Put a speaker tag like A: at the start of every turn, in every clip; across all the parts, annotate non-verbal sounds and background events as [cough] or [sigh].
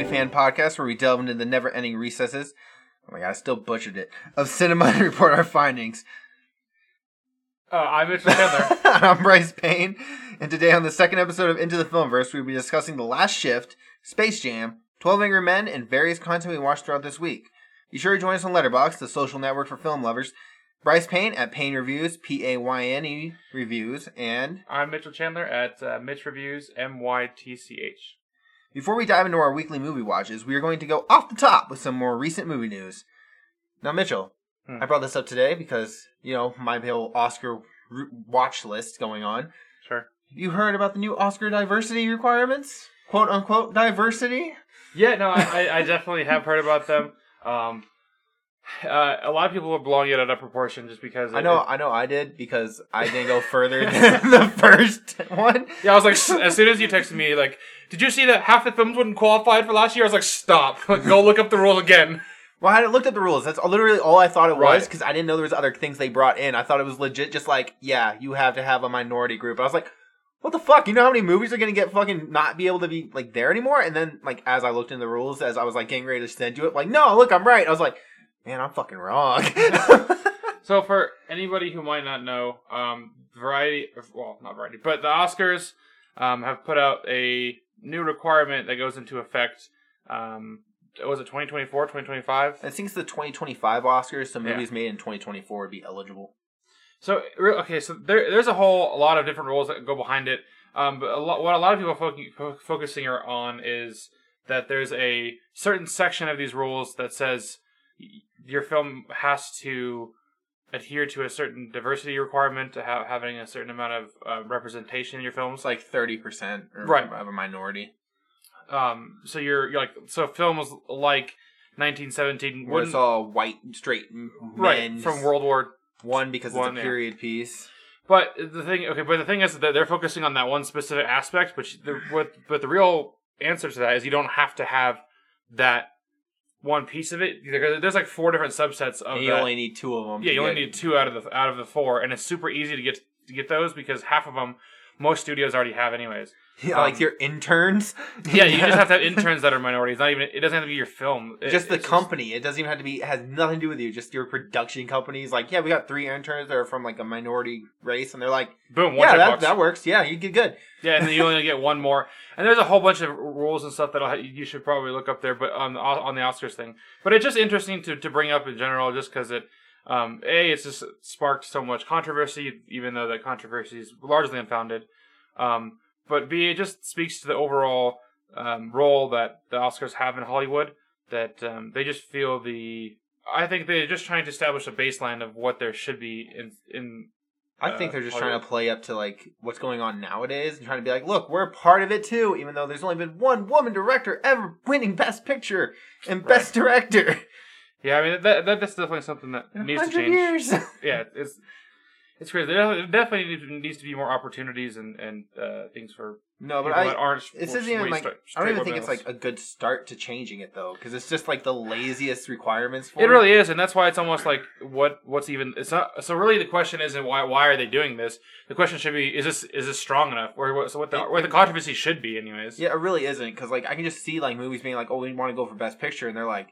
A: podcast where we delve into the never ending recesses. Oh my god, I still butchered it. Of cinema [laughs] and report our findings. [laughs]
B: Uh, I'm Mitchell Keller.
A: I'm Bryce Payne, and today on the second episode of Into the Filmverse, we'll be discussing The Last Shift, Space Jam, 12 Angry Men, and various content we watched throughout this week. Be sure to join us on Letterboxd, the social network for film lovers. Bryce Payne at Payne Reviews, P A Y N E Reviews, and
B: I'm Mitchell Chandler at uh, Mitch Reviews, M Y T C H.
A: Before we dive into our weekly movie watches, we are going to go off the top with some more recent movie news. Now, Mitchell,
B: Hmm.
A: I brought this up today because, you know, my whole Oscar r- watch list going on.
B: Sure.
A: You heard about the new Oscar diversity requirements? Quote unquote diversity?
B: Yeah, no, I, I- I definitely have heard about them. Um, uh, a lot of people are blowing it out of proportion just because.
A: I
B: it-
A: know, I know I did because I didn't
B: [laughs]
A: go further than the first one.
B: it- yeah, I was like, s- as soon as you texted me, like, did you see that half the films wouldn't qualify for last year? I was like, stop. [laughs] Like, go look up the rule again.
A: Well, I hadn't looked at the rules. That's literally all I thought it was
B: Right.
A: because I didn't know there was other things they brought in. I thought it was legit, just like yeah, you have to have a minority group. I was like, what the fuck? You know how many movies are gonna get fucking not be able to be like there anymore? And then like as I looked into the rules, as I was like getting ready to send you it, like no, look, I'm right. I was like, man, I'm fucking
B: [laughs]
A: wrong.
B: So, for anybody who might not know, um, variety, well, not variety, but the Oscars um, have put out a new requirement that goes into effect. Um, was it 2024, 2025?
A: I think it's the 2025 Oscars, so
B: Yeah.
A: movies made in 2024 would be eligible.
B: So re- okay, so there, there's a whole a lot of different roles that go behind it. Um, but a lot, what a lot of people are foc- fo- focusing are on is that there's a certain section of these rules that says y- your film has to adhere to a certain diversity requirement to have having a certain amount of uh, representation in your films.
A: It's like 30 percent
B: Right.
A: of a minority.
B: Um, so you're, you're like so films like 1917
A: Where it's
B: wouldn't
A: all white, straight m- men
B: right from World War
A: one because
B: One,
A: it's
B: yeah.
A: a period piece.
B: But the thing, okay, but the thing is that they're focusing on that one specific aspect, which the, what, but the real answer to that is you don't have to have that one piece of it. There- There's like four different subsets of
A: And
B: that.
A: you only need two of them.
B: yeah, you only need two out of the out of the four, and it's super easy to get to get those because half of them most studios already
A: [laughs]
B: have anyways.
A: Yeah, like
B: um,
A: your interns.
B: Yeah, you just have to have interns that are minorities. Not even it doesn't have to be your film. It-
A: Just the
B: it's
A: company. It doesn't even have to be. It has nothing to do with you. Just your production companies. Like, yeah, we got three interns that are from like a minority race, and they're like,
B: boom. One
A: yeah,
B: checkbox.
A: that, that works. Yeah, you get good.
B: Yeah, and then you only get one more. And there's a whole bunch of rules and stuff that I'll- you should probably look up there, but on the, on the Oscars thing. But it's just interesting to, to bring up in general, just because it, um, a, it's just sparked so much controversy, even though that controversy is largely unfounded. Um, but b, it just speaks to the overall um, role that the Oscars have in Hollywood. That um, they just feel the. I think they're just trying to establish a baseline of what there should be in in
A: I
B: Uh,
A: think they're just
B: Hollywood.
A: trying to play up to like what's going on nowadays and trying to be like, look, we're a part of it too, even though there's only been one woman director ever winning Best Picture and Best Director
B: Yeah, I mean that, that that's definitely something that
A: in
B: needs to
A: hundred
B: change.
A: years. [laughs]
B: Yeah, it's it's crazy. There definitely needs- needs to be more opportunities and and uh, things for
A: no, but
B: people that
A: I.
B: aren't.
A: This
B: were-
A: isn't even
B: were
A: like
B: straight-
A: I don't even
B: straight
A: think it's
B: males.
A: like a good start to changing it though, because it's just like the laziest requirements for
B: It really is, and that's why it's almost like what what's even. It's not. So really, the question isn't why why are they doing this. The question should be is this is this strong enough, or what, so what the
A: It-
B: where the controversy should be, anyways.
A: Yeah, it really isn't because like I can just see like movies being like, "Oh, we want to go for Best Picture," and they're like,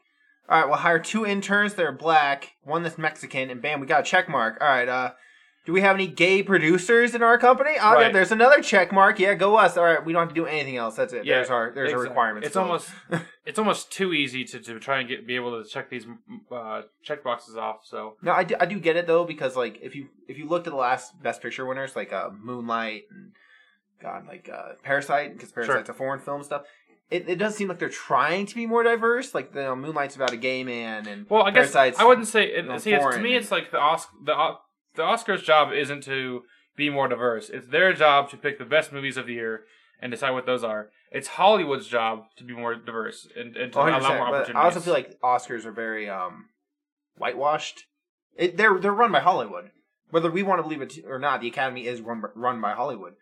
A: "All right, we'll hire two interns that are black, one that's Mexican, and bam, we got a check mark." All right, uh, do we have any gay producers in our company? Oh, yeah,
B: Right.
A: there's another check mark. Yeah, go us. All right, we don't have to do anything else. That's it.
B: Yeah,
A: there's our there's
B: Exact-
A: our requirements. [laughs]
B: It's almost it's almost too easy to, to try and get be able to check these mm, uh, check boxes off. So
A: no, I do, I do get it though because like if you if you looked at the last Best Picture winners like uh, Moonlight and God like uh, Parasite because Parasite's a foreign film stuff. It, it does seem like they're trying to be more diverse. Like the Moonlight's about a gay man and
B: Well, I guess
A: Parasites-
B: I wouldn't say. It,
A: no,
B: see, it's, to
A: foreign.
B: me, it's like the Osc- the O- the Oscars' job isn't to be more diverse. It's their job to pick the best movies of the year and decide what those are. It's Hollywood's job to be more diverse and, and to
A: 100%,
B: allow more
A: Oh, but
B: opportunities.
A: I also feel like Oscars are very um, whitewashed. It, they're they're run by Hollywood, whether we want to believe it or not. The Academy is run by, run by Hollywood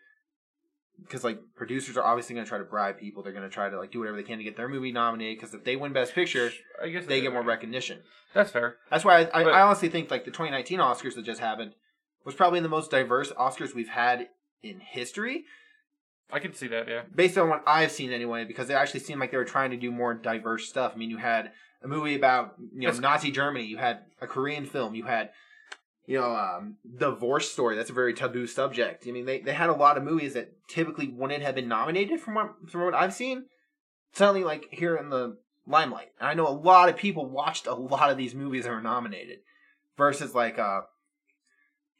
A: because like producers are obviously going to try to bribe people. They're going to try to like do whatever they can to get their movie nominated. Because if they win Best Picture,
B: I guess
A: they get more
B: recognition.
A: recognition.
B: That's fair.
A: That's why I, I,
B: But-
A: I honestly think like the 2019 Oscars that just happened was probably the most diverse Oscars we've had in history.
B: I can see that. Yeah.
A: based on what I've seen anyway, because it actually seemed like they were trying to do more diverse stuff. I mean, you had a movie about you know
B: Yes.
A: Nazi Germany, you had a Korean film, you had you know um, divorce story. That's a very taboo subject. I mean, they they had a lot of movies that typically wouldn't have been nominated from what from what I've seen. Suddenly, like here in the limelight, and I know a lot of people watched a lot of these movies that were nominated. Versus like uh,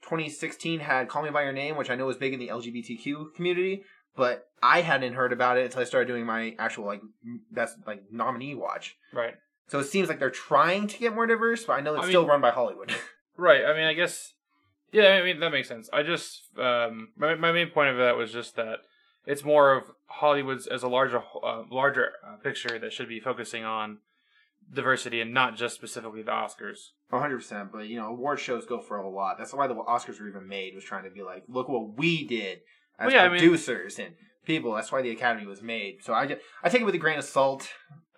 A: 2016 had Call Me by Your Name, which I know was big in the LGBTQ community but I hadn't heard about it until I started doing my actual like m- that's like nominee watch.
B: Right.
A: So it seems like they're trying to get more diverse, but I know it's
B: I
A: still
B: mean-
A: run by Hollywood. [laughs]
B: Right. I mean, I guess. Yeah. I mean, that makes sense. I just um, my my main point of that was just that it's more of Hollywood's as a larger uh, larger uh, picture that should be focusing on diversity and not just specifically the Oscars.
A: 100%, but you know, award shows go for a lot. That's why the Oscars were even made was trying to be like, look what we did as
B: Well, yeah, I mean-
A: producers and people. That's why the Academy was made. So I ju- I take it with a grain of salt.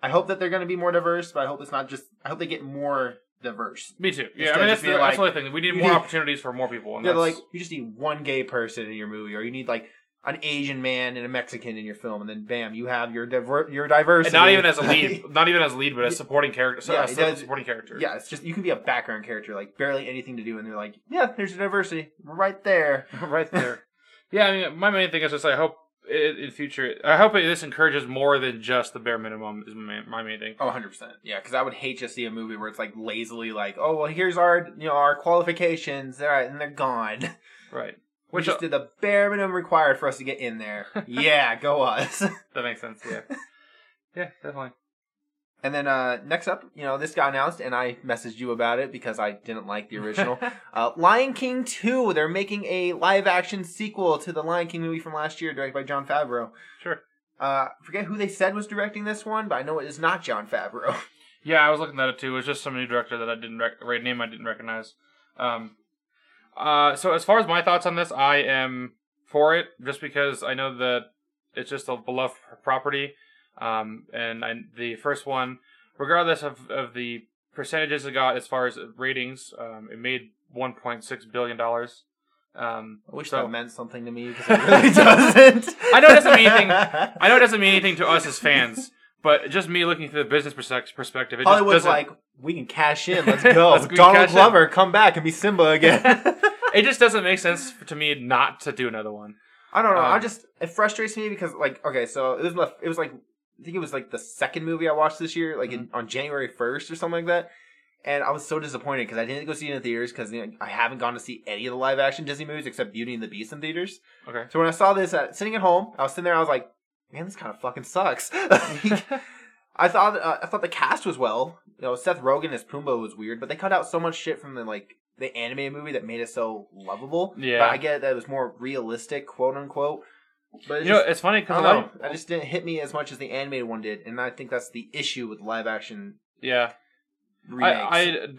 A: I hope that they're going to be more diverse, but I hope it's not just I hope they get more diverse.
B: Me too. Yeah.
A: Instead
B: I mean,
A: of
B: that's
A: just
B: the,
A: being
B: that's the
A: like,
B: only thing. We need
A: you
B: more
A: need-
B: opportunities for more people. And
A: They're
B: that's,
A: like, you just need one gay person in your movie, or you need like an Asian man and a Mexican in your film, and then bam, you have your diver- your diversity.
B: and not even as
A: [laughs]
B: a lead, not even as a lead, but as supporting character.
A: Yeah,
B: as
A: it does-
B: supporting character.
A: yeah, it's just you can be a background character, like barely anything to do, and they're like, yeah, there's your diversity right
B: [laughs]
A: there.
B: [laughs] right there. yeah, I mean, my main thing is just I hope i in future, I hope it, this encourages more than just the bare minimum is my, my main thing.
A: Oh, 100%. Yeah, because I would hate to see a movie where it's like lazily like, oh, well, here's our, you know, our qualifications. All right, and they're gone. [laughs]
B: Right.
A: We
B: Which uh
A: just did the bare minimum required for us to get in
B: [laughs]
A: there. yeah, go us.
B: uh, that makes sense. Yeah.
A: [laughs]
B: yeah, definitely.
A: And then uh, next up, you know, this got announced, and I messaged you about it because I didn't like the original. uh, Lion King 2, they're making a live action sequel to the Lion King movie from last year, directed by John Favreau.
B: Sure.
A: Uh, forget who they said was directing this one, but I know it is not John Favreau.
B: [laughs]
A: [laughs]
B: Yeah, I was looking at it too. It was just some new director that I didn't rec- right name I didn't recognize. Um, uh, so as far as my thoughts on this, I am for it just because I know that it's just a beloved property, um, and I, the first one, regardless of of the percentages it got as far as ratings, um, it made one point six billion dollars. Um,
A: I wish
B: So-
A: that meant something to me because it
B: [laughs]
A: really doesn't.
B: I know it doesn't
A: [laughs]
B: mean anything.
A: I
B: I know it doesn't mean anything to us as fans, but just me looking through the business perspec- perspective, it just
A: Hollywood's
B: doesn't.
A: like, we can cash in. Let's go.
B: [laughs] Let's- we can
A: Donald
B: cash in.
A: Glover, come back and be Simba
B: [laughs]
A: again.
B: it just doesn't make sense to me not to do another one.
A: I don't know. I
B: Um,
A: just it frustrates me because like okay, so it was my, it was like I think it was like the second movie I watched this year, like in, on January first or something like that. And I was so disappointed because I didn't go see it in theaters because you know, I haven't gone to see any of the live action Disney movies except Beauty and the Beast in theaters.
B: Okay.
A: So when I saw this at, sitting at home, I was sitting there, I was like, man, this kind of fucking
B: [laughs]
A: sucks. [laughs] Like, I thought uh, I thought the cast was well. You know, Seth Rogen as Pumbaa was weird, but they cut out so much shit from the like the animated movie that made it so lovable.
B: Yeah.
A: but I get that it was more realistic, quote unquote. But it's
B: You know,
A: just,
B: it's funny
A: I
B: because
A: don't know. That just didn't hit me as much as the animated one did, and I think that's the issue with live action
B: yeah, I,
A: remakes.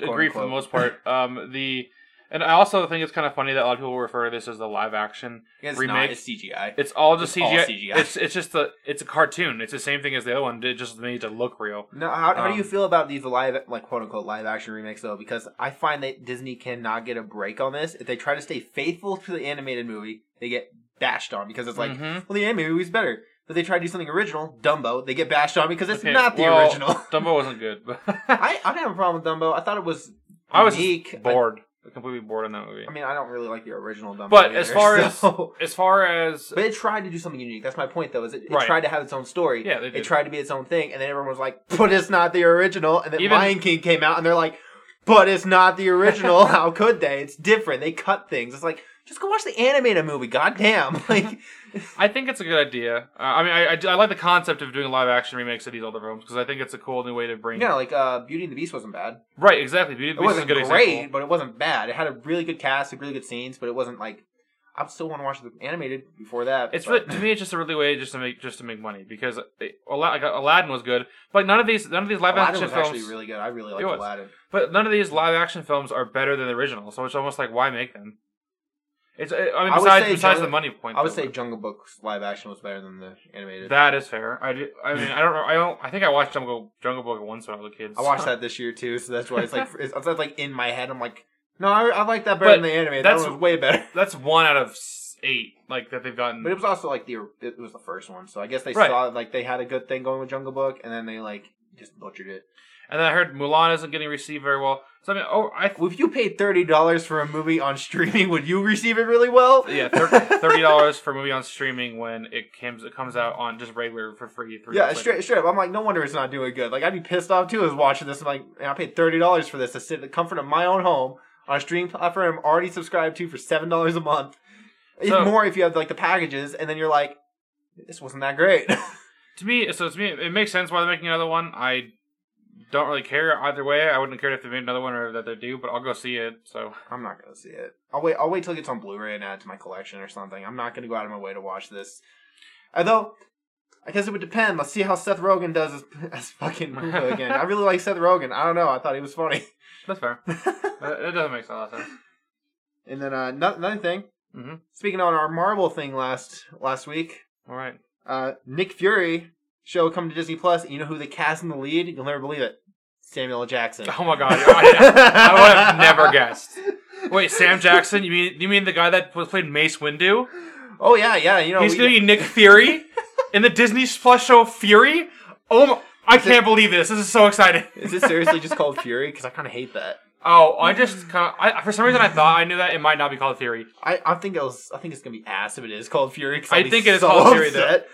B: I agree for the
A: unquote. [laughs]
B: most part. Um, the and I also think it's kind of funny that a lot of people refer to this as the live action.
A: it's
B: remake-
A: not it's CGI.
B: It's all just
A: It's all
B: CGI.
A: CGI.
B: It's it's just the it's a cartoon. It's the same thing as the other one. It just made to look real.
A: No, how, how do you
B: Um,
A: feel about these live, like quote unquote, live action remakes though? Because I find that Disney cannot get a break on this. If they try to stay faithful to the animated movie, they get bashed on because it's like,
B: Mhm.
A: well, the animated movie's better. But they try to do something original, Dumbo, they get bashed on because it's
B: Okay,
A: not the
B: well,
A: original. [laughs]
B: Dumbo wasn't good, but
A: I, I didn't have a problem with Dumbo. I thought it was
B: I was
A: unique.
B: [laughs] bored. completely bored in that movie.
A: I, I mean, I don't really like the original Dumbo.
B: But as
A: either, [laughs]
B: far
A: so-
B: as far as
A: But it tried to do something unique. That's my point, though. Is it, it
B: Right.
A: tried to have its own story.
B: Yeah, they
A: It
B: did.
A: tried to be its own thing, and then everyone was like, "But it's not the original." And then
B: Even-
A: Lion King came out, and they're like, "But it's not the
B: [laughs]
A: original. How could they? It's different. They cut things." It's like, just go watch the animated movie. Goddamn! [laughs] Like,
B: I think it's a good idea. Uh, I mean, I, I, do- I like the concept of doing live action remakes of these older films because I think it's a cool new way to bring.
A: yeah, like uh, Beauty and the Beast wasn't bad.
B: Right. Exactly. Beauty and
A: It
B: the Beast is
A: wasn't
B: a good
A: great,
B: example.
A: but it wasn't bad. It had a really good cast, and really good scenes, but it wasn't like. I still want to watch the animated before that.
B: It's
A: but-
B: really, to me, it's just a really way just to make just to make money because it, Ala- like, Aladdin was good, but none of these none of these live
A: Aladdin
B: action
A: was
B: films,
A: actually really good. I really liked
B: was.
A: Aladdin.
B: but none of these live action films are better than the original. So it's almost like why make them? It's I I mean
A: I would
B: besides
A: say
B: besides
A: Jungle-
B: the money point,
A: I would
B: though,
A: say Jungle Book's live action was better than the animated.
B: that is fair. I, do, I mean I don't know I don't I think I watched Jungle Jungle Book once when I was a kid.
A: I
B: so-
A: watched that this year too, so that's why it's
B: [laughs]
A: like it's, that's like in my head. I'm like, no, I, I like that better than
B: But
A: the anime. That
B: that's- [laughs]
A: one was way better.
B: That's one out of s- eight like that they've gotten.
A: But it was also like the it was the first one, so I guess they
B: Right.
A: saw like they had a good thing going with Jungle Book, and then they like just butchered it.
B: And then I heard Mulan isn't getting received very well. So I mean, oh, I
A: Well, If you paid thirty dollars for a movie on streaming, would you receive it really well?
B: yeah,
A: [laughs]
B: thir- [laughs] thirty dollars for a movie on streaming when it comes it comes out on just regular for free. Three
A: Yeah,
B: months later.
A: straight, straight up. I'm like, no wonder it's not doing good. Like, I'd be pissed off too. I was watching this. I'm like, and I paid thirty dollars for this to sit in the comfort of my own home on a streaming platform I'm already subscribed to for seven dollars a month. Even
B: So-
A: more if you have like the packages, and then you're like, this wasn't that great. [laughs]
B: To me, so to me, it makes sense why they're making another one. I don't really care either way. I wouldn't care if they made another one or that they do, but I'll go see it. So
A: I'm not gonna see it. I'll wait. I'll wait till it gets on Blu-ray and add it to my collection or something. I'm not gonna go out of my way to watch this. Although, I guess it would depend. Let's see how Seth Rogen does as, [laughs] as fucking Pumbaa again. I really like Seth Rogen. I don't know. I thought he was funny. [laughs]
B: that's fair. that, that doesn't make a lot of sense.
A: and then uh, no- another thing.
B: Mhm.
A: Speaking on our Marvel thing last last week,
B: All right,
A: uh, Nick Fury show come to Disney Plus. You know who they cast in the lead? You'll never believe it. Samuel L. Jackson.
B: Oh my god, I, I
A: [laughs]
B: would have never guessed. Wait, Sam Jackson? You mean you mean the guy that was played Mace Windu?
A: Oh yeah, yeah. You know
B: He's
A: we-
B: gonna be Nick Fury in the Disney Plus show Fury. Oh, my, I can't believe this. This is so exciting.
A: Is this seriously just called Fury? Because I kind of hate that.
B: Oh, I just kind of I, for some reason I thought I knew that it might not be called Fury,
A: I, I think it was, I think it's gonna be ass if it is called Fury. 'cause
B: I
A: I'll be
B: think it is
A: so
B: called Fury,
A: upset.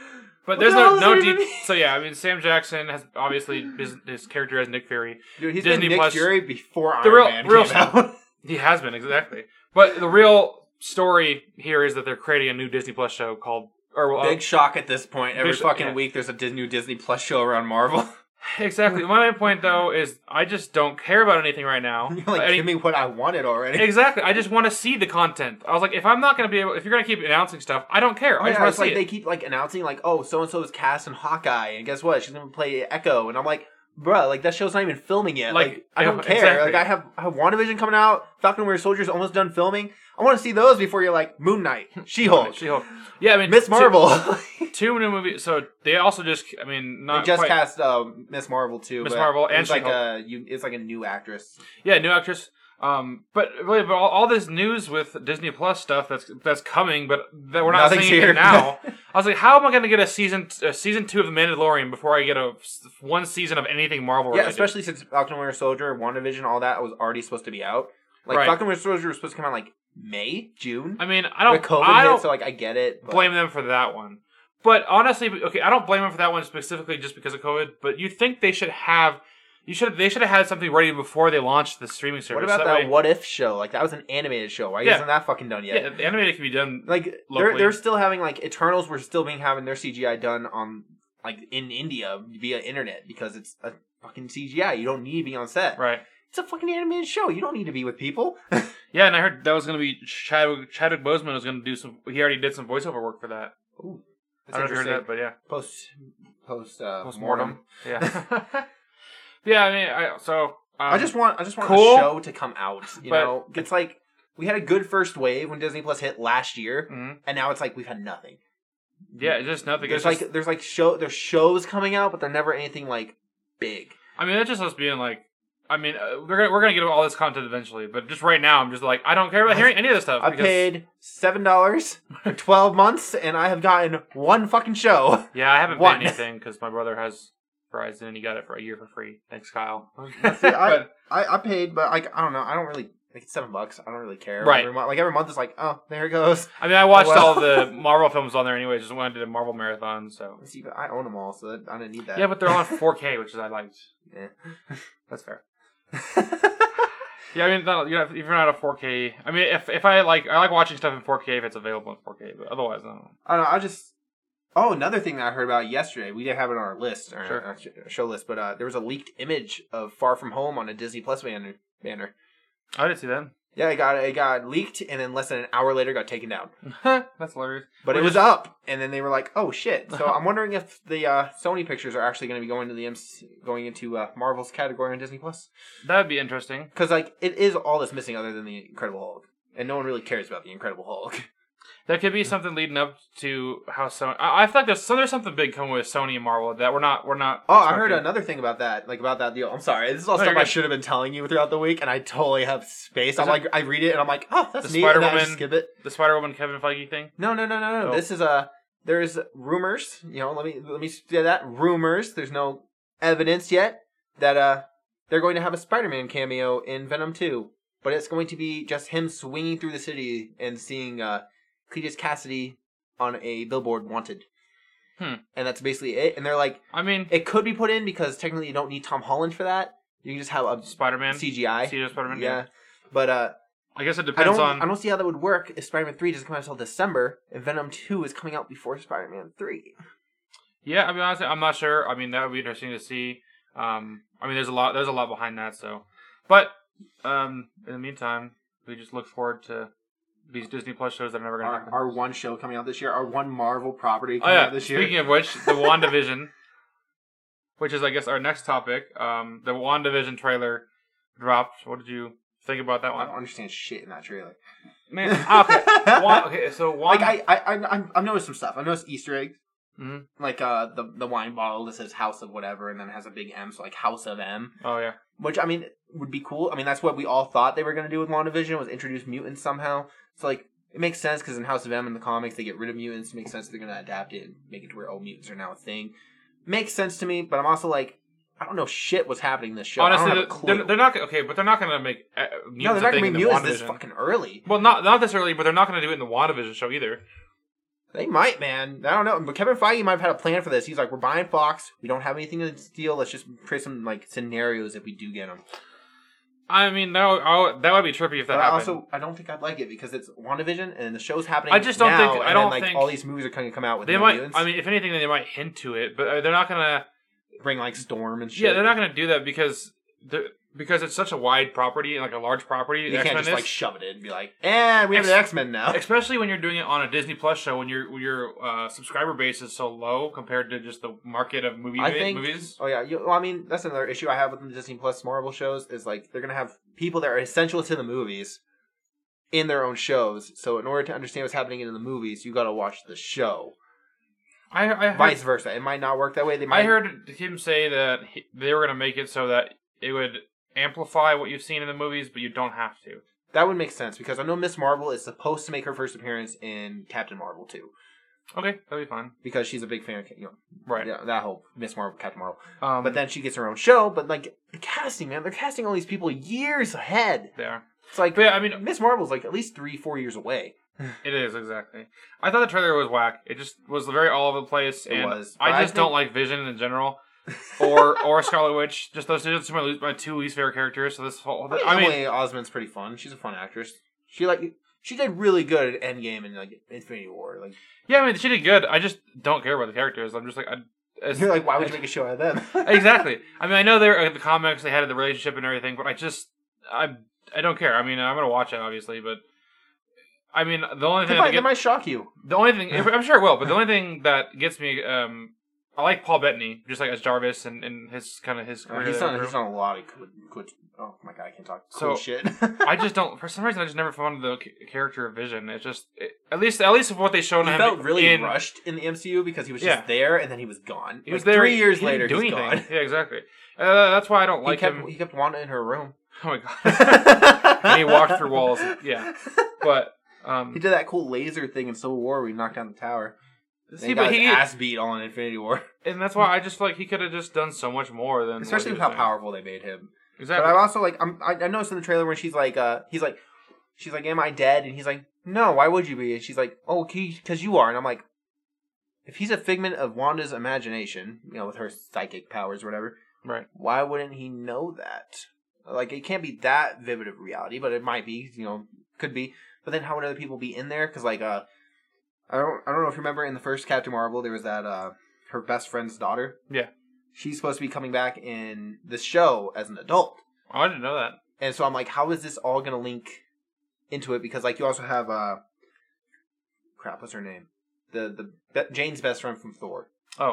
A: What
B: but there's
A: the hell
B: no
A: does
B: no
A: that even
B: deep.
A: mean?
B: So yeah, I mean Sam Jackson has obviously his, his character as Nick Fury.
A: Dude, he's
B: Disney
A: been Nick
B: Plus-
A: Fury before Iron
B: real-
A: Man
B: real-
A: came out.
B: He has been exactly, but the real story here is that they're creating a new Disney Plus show called or well, uh,
A: Big shock at this point. Every
B: Big sh-
A: fucking
B: yeah.
A: week, there's a Dis- new Disney Plus show around Marvel.
B: Exactly. My main point, though, is I just don't care about anything right now.
A: [laughs] You're like,
B: Any-
A: give me what I wanted already. [laughs]
B: exactly. I just want to see the content. I was like, if I'm not going to be able, if you're going to keep announcing stuff, I don't care. I just
A: Yeah,
B: want
A: it's
B: to see
A: like
B: it.
A: they keep like announcing like, oh, so and so is cast in Hawkeye, and guess what? She's gonna play Echo, and I'm like, bruh, like that show's not even filming yet. Like,
B: Like,
A: I
B: yeah,
A: don't care.
B: exactly.
A: Like I have I have WandaVision coming out, Falcon and Winter Soldier's almost done filming. I want to see those before you're like Moon
B: [laughs]
A: Knight, She Hulk,
B: She-Hulk. Yeah, I mean,
A: Miss
B: two-
A: Marvel. [laughs]
B: Two, new movies. So they also just, I mean,
A: They
B: not
A: just
B: quite-
A: cast um, Miss Marvel too.
B: Miss
A: but
B: Marvel
A: it's
B: and
A: like a
B: She-Hulk.
A: you, it's like a new actress.
B: Yeah, new actress. Um, but really, but all, all this news with Disney Plus stuff that's that's coming, but that we're not
A: Nothing's
B: seeing
A: here.
B: it now.
A: [laughs]
B: I was like, how am I going to get a season a season two of The Mandalorian before I get a one season of anything Marvel?
A: Yeah,
B: related?
A: especially since Falcon and Winter Soldier, WandaVision, all that was already supposed to be out. Like
B: Right.
A: Falcon and Winter Soldier was supposed to come out like May, June.
B: I mean, I don't.
A: But COVID
B: I
A: hit,
B: don't
A: so like I get it. But
B: blame them for that one. But honestly, okay, I don't blame them for that one specifically just because of COVID. But you think they should have, you should they should have had something ready before they launched the streaming service.
A: What about
B: That
A: that
B: way-
A: What If show? Like that was an animated show. Why
B: Yeah.
A: isn't that fucking done yet?
B: Yeah, the animated can be done.
A: Like they're
B: Locally.
A: they're still having like Eternals were still being having their CGI done on like in India via internet because it's a fucking CGI. You don't need to be on set.
B: Right.
A: It's a fucking animated show. You don't need to be with people.
B: Yeah, and I heard that was going to be Chadwick, Chadwick Boseman was going to do some. He already did some voiceover work for that.
A: Ooh,
B: I don't know if you heard that, but yeah,
A: Post post uh,
B: Postmortem.
A: mortem.
B: yeah,
A: [laughs]
B: [laughs] yeah. I mean, I, so um,
A: I just want I just want
B: cool.
A: a show to come out. You
B: But-
A: know, it's like we had a good first wave when Disney Plus hit last year,
B: mhm.
A: and now it's like we've had nothing.
B: yeah, it's just nothing.
A: There's
B: It's
A: like
B: just-
A: there's like show there's shows coming out, but they're never anything like big.
B: I mean, that's just us being like. I mean, uh, we're gonna we're gonna get all this content eventually, but just right now, I'm just like, I don't care about hearing any of this stuff.
A: I
B: because-
A: paid seven dollars
B: [laughs]
A: for twelve months, and I have gotten one fucking show.
B: Yeah, I haven't
A: One.
B: paid anything because my brother has Verizon and he got it for a year for free. Thanks, [laughs] Kyle.
A: I-
B: But-
A: I, I paid, but like I don't know. I don't really like it's seven bucks. I don't really care.
B: Right.
A: Every month, like every month, it's like oh, there it goes.
B: I mean, I watched
A: Well.
B: all the Marvel films on there anyway, just when I did a Marvel marathon. So
A: See, but I own them all, so that, I didn't need that.
B: yeah, but they're on 4K, which is I liked.
A: Yeah.
B: [laughs] That's fair. Yeah, I mean, not, you know, if you're not a 4K, I mean, if if I like, I like watching stuff in 4K if it's available in 4K, but otherwise, no.
A: [laughs] I don't know. I just. Oh, another thing that I heard about yesterday. We didn't have it on our list, or
B: Sure.
A: our sh- show list, but uh, there was a leaked image of Far From Home on a Disney Plus banner. banner.
B: I didn't see that.
A: Yeah, it got it got leaked, and then less than an hour later, got taken down.
B: [laughs] That's hilarious.
A: But it
B: Which-
A: was up, and then they were like, "Oh shit!"
B: Uh-huh.
A: So I'm wondering if the uh, Sony pictures are actually going to be going to the MC- going into uh, Marvel's category on Disney Plus
B: That would be interesting. [laughs]
A: because like it is all that's missing other than the Incredible Hulk, and no one really cares about the Incredible Hulk.
B: There could be something leading up to how Sony. I, I feel like there's so there's something big coming with Sony and Marvel that we're not we're not.
A: Oh, I heard
B: expecting.
A: another thing about that, like about that deal. I'm sorry, this is all
B: No,
A: stuff
B: you're
A: I
B: good.
A: should have been telling you throughout the week, and I totally have space. I'm
B: Is
A: like, I read it and I'm like, oh, that's
B: The
A: neat. and then I
B: Spider-Woman-
A: just skip it.
B: the Spider Woman Kevin Feige thing.
A: No, no, no, no, no.
B: Oh.
A: This is a there's rumors. You know, let me let me say that rumors. There's no evidence yet that uh they're going to have a Spider-Man cameo in Venom Two, but it's going to be just him swinging through the city and seeing uh Cletus Cassidy on a billboard wanted.
B: Hmm.
A: And that's basically it. And they're like,
B: I mean,
A: it could be put in because technically you don't need Tom Holland for that. You can just have a
B: Spider Man.
A: CGI.
B: Spider Man.
A: yeah. But uh
B: I guess it
A: I
B: depends
A: don't.
B: on.
A: I don't see how that would work if Spider-Man Three doesn't come out until December, and Venom Two is coming out before Spider-Man Three.
B: Yeah, I mean, honestly, I'm not sure. I mean, that would be interesting to see. Um, I mean, there's a lot, there's a lot behind that. So, but um, in the meantime, we just look forward to these Disney Plus shows that are never going to
A: Our,
B: happen.
A: our one show coming out this year, our one Marvel property
B: oh
A: coming
B: yeah.
A: out this year.
B: Speaking of which, the Wandavision, which is I guess our next topic. Um, the Wandavision trailer dropped. What did you think about that
A: I
B: one?
A: don't understand shit in that
B: [laughs]
A: trailer.
B: Man, okay.
A: [laughs]
B: Wa- okay, so
A: like
B: Wanda.
A: I, I, I, I'm- I've noticed some stuff. I've noticed Easter eggs,
B: Mhm.
A: like uh, the the wine bottle that says House of whatever, and then it has a big M, so like House of M,
B: Oh yeah.
A: which I mean would be cool. I mean that's what we all thought they were gonna do with WandaVision was introduce mutants somehow. So like. It makes sense because in House of M in the comics they get rid of mutants. It makes sense they're gonna adapt it and make it to where oh mutants are now a thing. makes sense to me, but I'm also like, I don't know shit what's happening in this show. I
B: Honestly,
A: don't have a
B: they're-
A: clue.
B: they're, they're not gonna- okay, but they're not going to make uh,
A: no,
B: mutants
A: they're not
B: a thing
A: gonna be
B: in the
A: mutants this
B: WandaVision.
A: fucking early.
B: Well, not not this early, but they're not going to do it in the WandaVision show either.
A: They might, man. I don't know. But Kevin Feige might have had a plan for this. He's like, we're buying Fox. We don't have anything to steal. Let's just create some like scenarios if we do get them.
B: I mean, that would, I would- that would be trippy if that
A: But I
B: happened.
A: also, I don't think I'd like it because it's WandaVision and the show's happening.
B: I just don't
A: now,
B: think- I
A: and
B: don't
A: then, like,
B: think-
A: all these movies are going to come out with
B: they
A: no
B: might.
A: mutants.
B: I mean, if anything, they might hint to it, but uh, they're not gonna.
A: bring like Storm and shit.
B: Yeah, they're not gonna do that because they're- because it's such a wide property and like a large property.
A: You
B: X-Men
A: can't just
B: is.
A: like [laughs] shove it in and be like, and we have
B: Ex-
A: the X Men now.
B: Especially when you're doing it on a Disney Plus show, when your when your uh, subscriber base is so low compared to just the market of movie
A: I think-
B: movies.
A: Oh yeah, you, well, I mean that's another issue I have with the Disney Plus Marvel shows is like they're gonna have people that are essential to the movies in their own shows. So in order to understand what's happening in the movies, you gotta watch the show.
B: I, I heard,
A: Vice versa, it might not work that way. They might.
B: I heard him say that he, they were gonna make it so that it would amplify what you've seen in the movies, but you don't have to.
A: that would make sense because I know Miss Marvel is supposed to make her first appearance in Captain Marvel too
B: Okay, that'd be fine.
A: because she's a big fan of you know
B: Right.
A: yeah, that whole Miss Marvel Captain Marvel.
B: Um,
A: But then she gets her own show. But like the casting, man, they're casting all these people years ahead.
B: there.
A: It's like
B: But yeah, I mean,
A: Miss Marvel's like at least three, four years away.
B: It is exactly. I thought the trailer was whack. It just was very all over the place,
A: It
B: and
A: was, but
B: I
A: I
B: just
A: think-
B: don't like Vision in general, or or Scarlet Witch. Just those two are my, le- my two least favorite characters. So this whole,
A: I
B: I
A: mean,
B: mean,
A: Emily Osmond's pretty fun. She's a fun actress. She like she did really good at Endgame and like Infinity War. Like [laughs]
B: yeah, I mean she did good. I just don't care about the characters. I'm just like, I,
A: [laughs]
B: it's-
A: you're like, why would you make a show out of them?
B: [laughs] exactly. I mean, I know they're in the comics. They had the relationship and everything, but I just I I don't care. I mean, I'm gonna watch it obviously, but I mean, the
A: [laughs]
B: only
A: they,
B: thing
A: might,
B: that
A: they
B: get-
A: might shock you.
B: The only thing I'm sure it will, but the only thing that gets me, um, I like Paul Bettany, just like as Jarvis and, and his kind of his
A: Uh,
B: career.
A: he's
B: that
A: done.
B: grew.
A: He's done a lot of good. good oh my god, I can't talk.
B: So-
A: Cool shit. [laughs]
B: I just don't. For some reason, I just never found the c- character of Vision. It's just it, at least at least of what they showed
A: he
B: him.
A: felt really
B: in,
A: rushed in the MCU because he was
B: Yeah.
A: just there and then he was gone.
B: He was
A: Like,
B: there
A: three years
B: he
A: later.
B: Didn't do
A: he's
B: [laughs] anything?
A: gone.
B: Yeah, exactly. Uh, that's why I don't
A: he
B: like
A: kept
B: him.
A: he kept Wanda in her
B: [laughs]
A: room. [laughs]
B: Oh my god.
A: and
B: he walked through walls, yeah. but um,
A: He did that cool laser thing in Civil War where he knocked down the tower.
B: see,
A: And he
B: but
A: got
B: he-
A: his ass beat all in Infinity
B: [laughs]
A: War.
B: and that's why I just feel like he could have just done so much more than what
A: Especially
B: he
A: with
B: was
A: how
B: doing.
A: powerful they made him. But
B: Exactly.
A: I've also like I'm, I, I noticed in the trailer when she's like, uh, he's like, she's like, "Am I dead?" And he's like, "No, why would you be?" And she's like, "Oh, because you are." And I'm like, if he's a figment of Wanda's imagination, you know, with her psychic powers or whatever,
B: Right.
A: Why wouldn't he know that? Like, it can't be that vivid of reality, but it might be. You know, could be. But then, how would other people be in there? Because like, uh, I don't, I don't know if you remember in the first Captain Marvel, there was that uh, her best friend's daughter.
B: Yeah.
A: She's supposed to be coming back in the show as an adult.
B: Oh, I didn't know that.
A: And so I'm like, how is this all gonna link into it? Because like you also have uh, crap, what's her name? The the Be- Jane's best friend from Thor.
B: Oh, uh,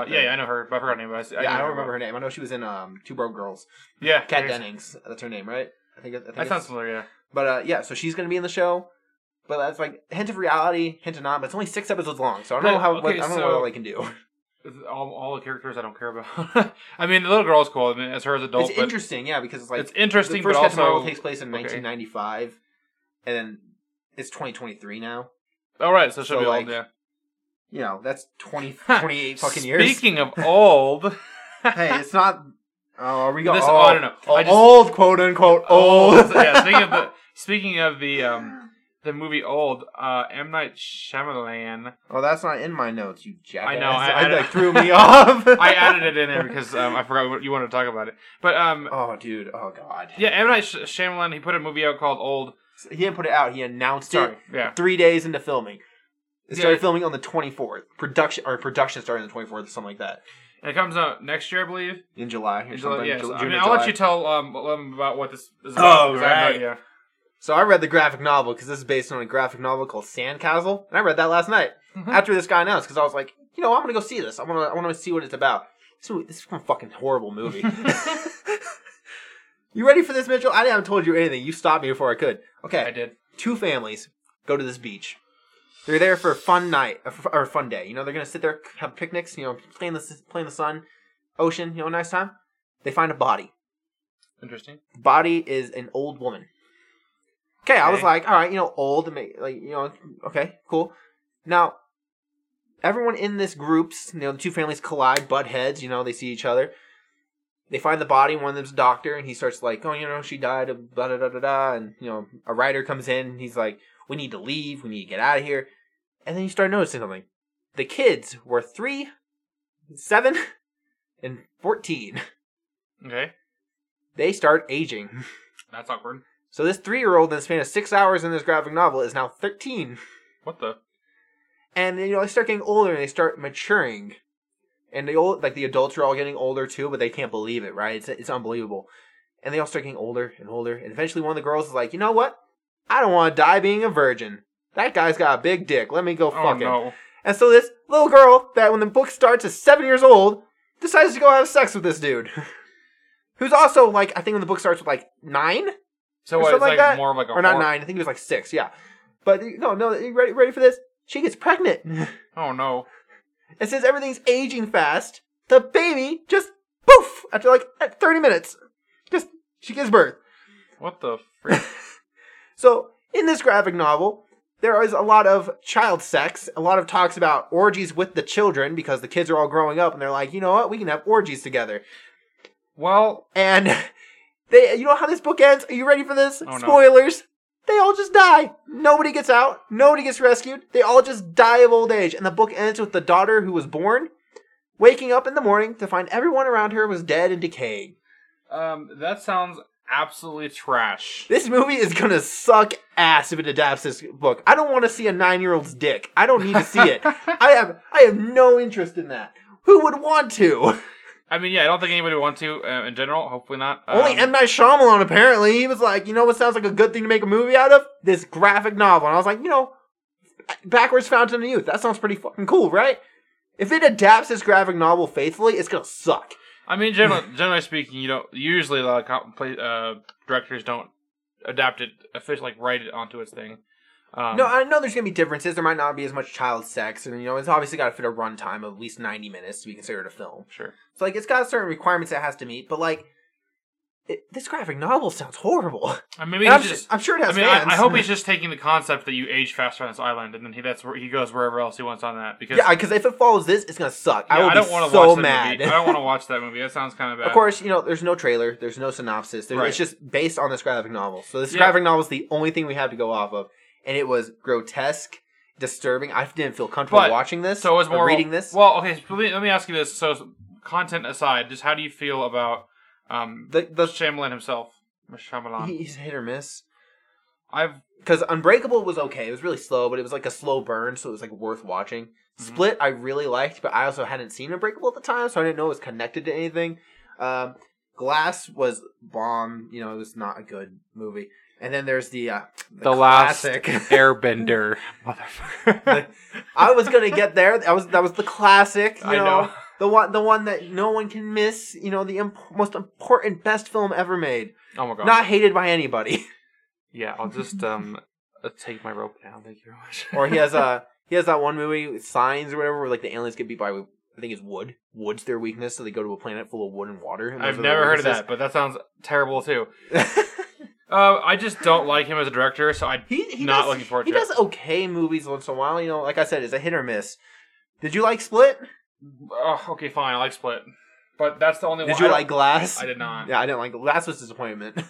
A: Like the-
B: yeah, yeah, I know her, but I forgot her name. But I, see- I
A: yeah, I
B: know
A: don't remember her name. I know she was in um Two Broke Girls.
B: Yeah,
A: Kat
B: yeah,
A: Dennings, that's her name, right? I think. I think
B: That
A: it's-
B: sounds familiar. Yeah.
A: But uh, yeah, so she's gonna be in the show. but that's like hint of reality, hint of not. But it's only six episodes long, so I don't know
B: But,
A: how. what,
B: okay,
A: I don't know
B: so-
A: what I can do.
B: all, all the characters I don't care about. [laughs] I mean, the little girl's cool. I mean, as her as
A: [laughs]
B: adult,
A: it's
B: but
A: interesting, yeah, because it's like
B: it's interesting,
A: the first
B: but
A: Captain
B: also
A: Marvel takes place in
B: okay.
A: 1995, and then it's 2023 now.
B: all right. So she'll
A: So,
B: be
A: like,
B: old. Yeah.
A: You know, that's
B: [laughs]
A: 20, 28 fucking years.
B: Speaking of old,
A: [laughs] hey, it's not. Oh, are we go.
B: This-
A: oh,
B: oh, I don't know. I just-
A: old, quote unquote, old.
B: old. yeah. Speaking of the speaking of the um the movie Old, uh, M Night Shyamalan.
A: [laughs] Oh, that's not in my notes, you jackass.
B: I
A: I
B: know,
A: know.
B: I-
A: I,
B: I-
A: like threw me [laughs] off.
B: [laughs] I added it in there because um, I forgot what you wanted to talk about it. But um,
A: Oh, dude. Oh, god.
B: yeah, M Night Sh- Shyamalan. He put a movie out called Old.
A: He didn't put it out. He announced
B: Sorry.
A: it
B: Yeah.
A: three days into filming. It
B: Yeah.
A: started filming on the 24th. Production or production started on the 24th or something like that
B: And it comes out next year, I believe.
A: in July or
B: In July,
A: something.
B: yes.
A: Ju-
B: I
A: June
B: mean,
A: or
B: I'll let
A: July.
B: you tell um, them about what this is about.
A: Oh,
B: 'cause I have no
A: right.
B: idea.
A: So I read the graphic novel because this is based on a graphic novel called Sandcastle, and I read that last night
B: Mhm.
A: after this guy announced because I was like, you know, I'm gonna go see this. I wanna, I wanna see what it's about. This, movie, this is a fucking horrible
B: [laughs]
A: movie. [laughs] you ready for this, Mitchell? I haven't told you anything. You stopped me before I could. Okay,
B: I did.
A: two families go to this beach. They're there for a fun night or f- or a fun day. You know, they're gonna sit there, have picnics. You know, play in the s- play in the sun, ocean. You know, nice time. They find a body.
B: Interesting.
A: Body is an old woman. Okay, I was
B: Okay.
A: like, all right, you know, old, and ma- like you know, okay, cool. Now, everyone in this groups, you know, the two families collide, butt heads. You know, they see each other. They find the body. One of them's a doctor, and he starts like, oh, you know, she died. of Blah da da da da. And you know, a writer comes in, and he's like, we need to leave. We need to get out of here. And then you start noticing something. The kids were three, seven, [laughs] and fourteen.
B: Okay.
A: They start aging.
B: That's awkward.
A: So this three-year-old in the span of six hours in this graphic novel is now 13.
B: What the?
A: And, you know, they start getting older and they start maturing. And the old, like, the adults are all getting older too, but they can't believe it, right? It's, it's unbelievable. And they all start getting older and older. And eventually one of the girls is like, you know what? I don't want to die being a virgin. That guy's got a big dick. Let me go fuck
B: oh,
A: him.
B: no.
A: And so this little girl that when the book starts is seven years old decides to go have sex with this dude. [laughs] Who's also like, I think when the book starts with like nine?
B: So
A: Or
B: what, it's
A: something like
B: like
A: that?
B: more of like a
A: or not
B: horror-
A: nine. I think it was like six. Yeah, but no, no. You ready, ready for this? She gets pregnant,
B: Oh, no.
A: and since everything's aging fast, the baby just poof after like thirty minutes, just she gives birth.
B: What the freak?
A: So in this graphic novel, there is a lot of child sex, a lot of talks about orgies with the children because the kids are all growing up, and they're like, you know what, we can have orgies together.
B: well,
A: And they, you know how this book ends? Are you ready for this?
B: no.
A: Spoilers. They all just die. Nobody gets out. Nobody gets rescued. They all just die of old age. And the book ends with the daughter who was born waking up in the morning to find everyone around her was dead and decaying.
B: um, that sounds absolutely trash.
A: This movie is gonna suck ass if it adapts this book. I don't want to see a nine-year-old's dick. I don't need to see it. I have I have no interest in that. Who would want to?
B: [laughs] I mean, yeah, I don't think anybody would want to uh, in general. Hopefully not.
A: Only
B: Um,
A: M. Night Shyamalan, apparently. He was like, you know what sounds like a good thing to make a movie out of? This graphic novel. And I was like, you know, Backwards Fountain of Youth. That sounds pretty fucking cool, right? If it adapts this graphic novel faithfully, it's gonna suck.
B: I mean, generally, generally speaking, you don't usually a lot of com- play, uh, directors don't adapt it, officially, like write it onto its thing. Um,
A: no, I know there's gonna be differences. There might not be as much child sex, and you know, it's obviously gotta fit a runtime of at least 90 minutes to be considered a film.
B: sure.
A: So, like, it's got certain requirements it has to meet, but like, it, this graphic novel sounds horrible.
B: I mean, maybe
A: And I'm,
B: he just.
A: su- I'm sure it
B: I
A: has
B: mean,
A: fans.
B: I,
A: [laughs]
B: I hope he's just taking the concept that you age faster on this island, and then he that's where he goes wherever else he wants on that. Because
A: Yeah, because if it follows this, it's gonna suck.
B: Yeah,
A: I will
B: don't
A: be
B: wanna
A: so
B: watch that
A: mad.
B: Movie. I don't want
A: [laughs]
B: to watch that movie. That sounds kind of bad.
A: Of course, you know, there's no trailer, there's no synopsis. There,
B: Right.
A: It's just based on this graphic novel. So this
B: Yeah.
A: graphic novel is the only thing we have to go off of, and it was grotesque, disturbing. I didn't feel comfortable
B: But,
A: watching this.
B: So it was
A: or
B: more
A: reading this.
B: Well, okay. So let, me, let me ask you this. So, content aside, just how do you feel about um
A: the the
B: Shyamalan himself, Shyamalan?
A: he- he's hit or miss
B: I've
A: because Unbreakable was okay. It was really slow, but it was like a slow burn, so it was like worth watching.
B: Mhm.
A: Split, I really liked, but I also hadn't seen Unbreakable at the time, so I didn't know it was connected to anything. Um, Glass was bomb. You know, it was not a good movie. And then there's the uh,
B: The Last [laughs]
A: [laughs]
B: Airbender, motherfucker.
A: I was gonna get there. That was that was the classic. You
B: [laughs] I
A: know,
B: know.
A: the one the one that no one can miss. You know, the imp- most important, best film ever made,
B: Oh my god. [laughs]
A: not hated by anybody.
B: yeah, I'll just um uh, take my rope down. Thank you very much.
A: or he has a he has that one movie Signs or whatever where like the aliens get beat by I think it's wood. Wood's their weakness, so they go to a planet full of wood and water. and those
B: [laughs] I've
A: are their
B: never heard of
A: weaknesses.
B: that, but that sounds terrible too. Uh, I just don't like him as a director, so I
A: [laughs] he, he
B: Not
A: does,
B: looking forward
A: He
B: to it.
A: does okay movies once in a while. You know, like I said, it's a hit or miss. Did you like Split?
B: oh, okay, fine. I like Split, but that's the only
A: Did
B: one.
A: you
B: I don't-
A: like Glass?
B: I did not.
A: yeah, I didn't like Glass. Was disappointment.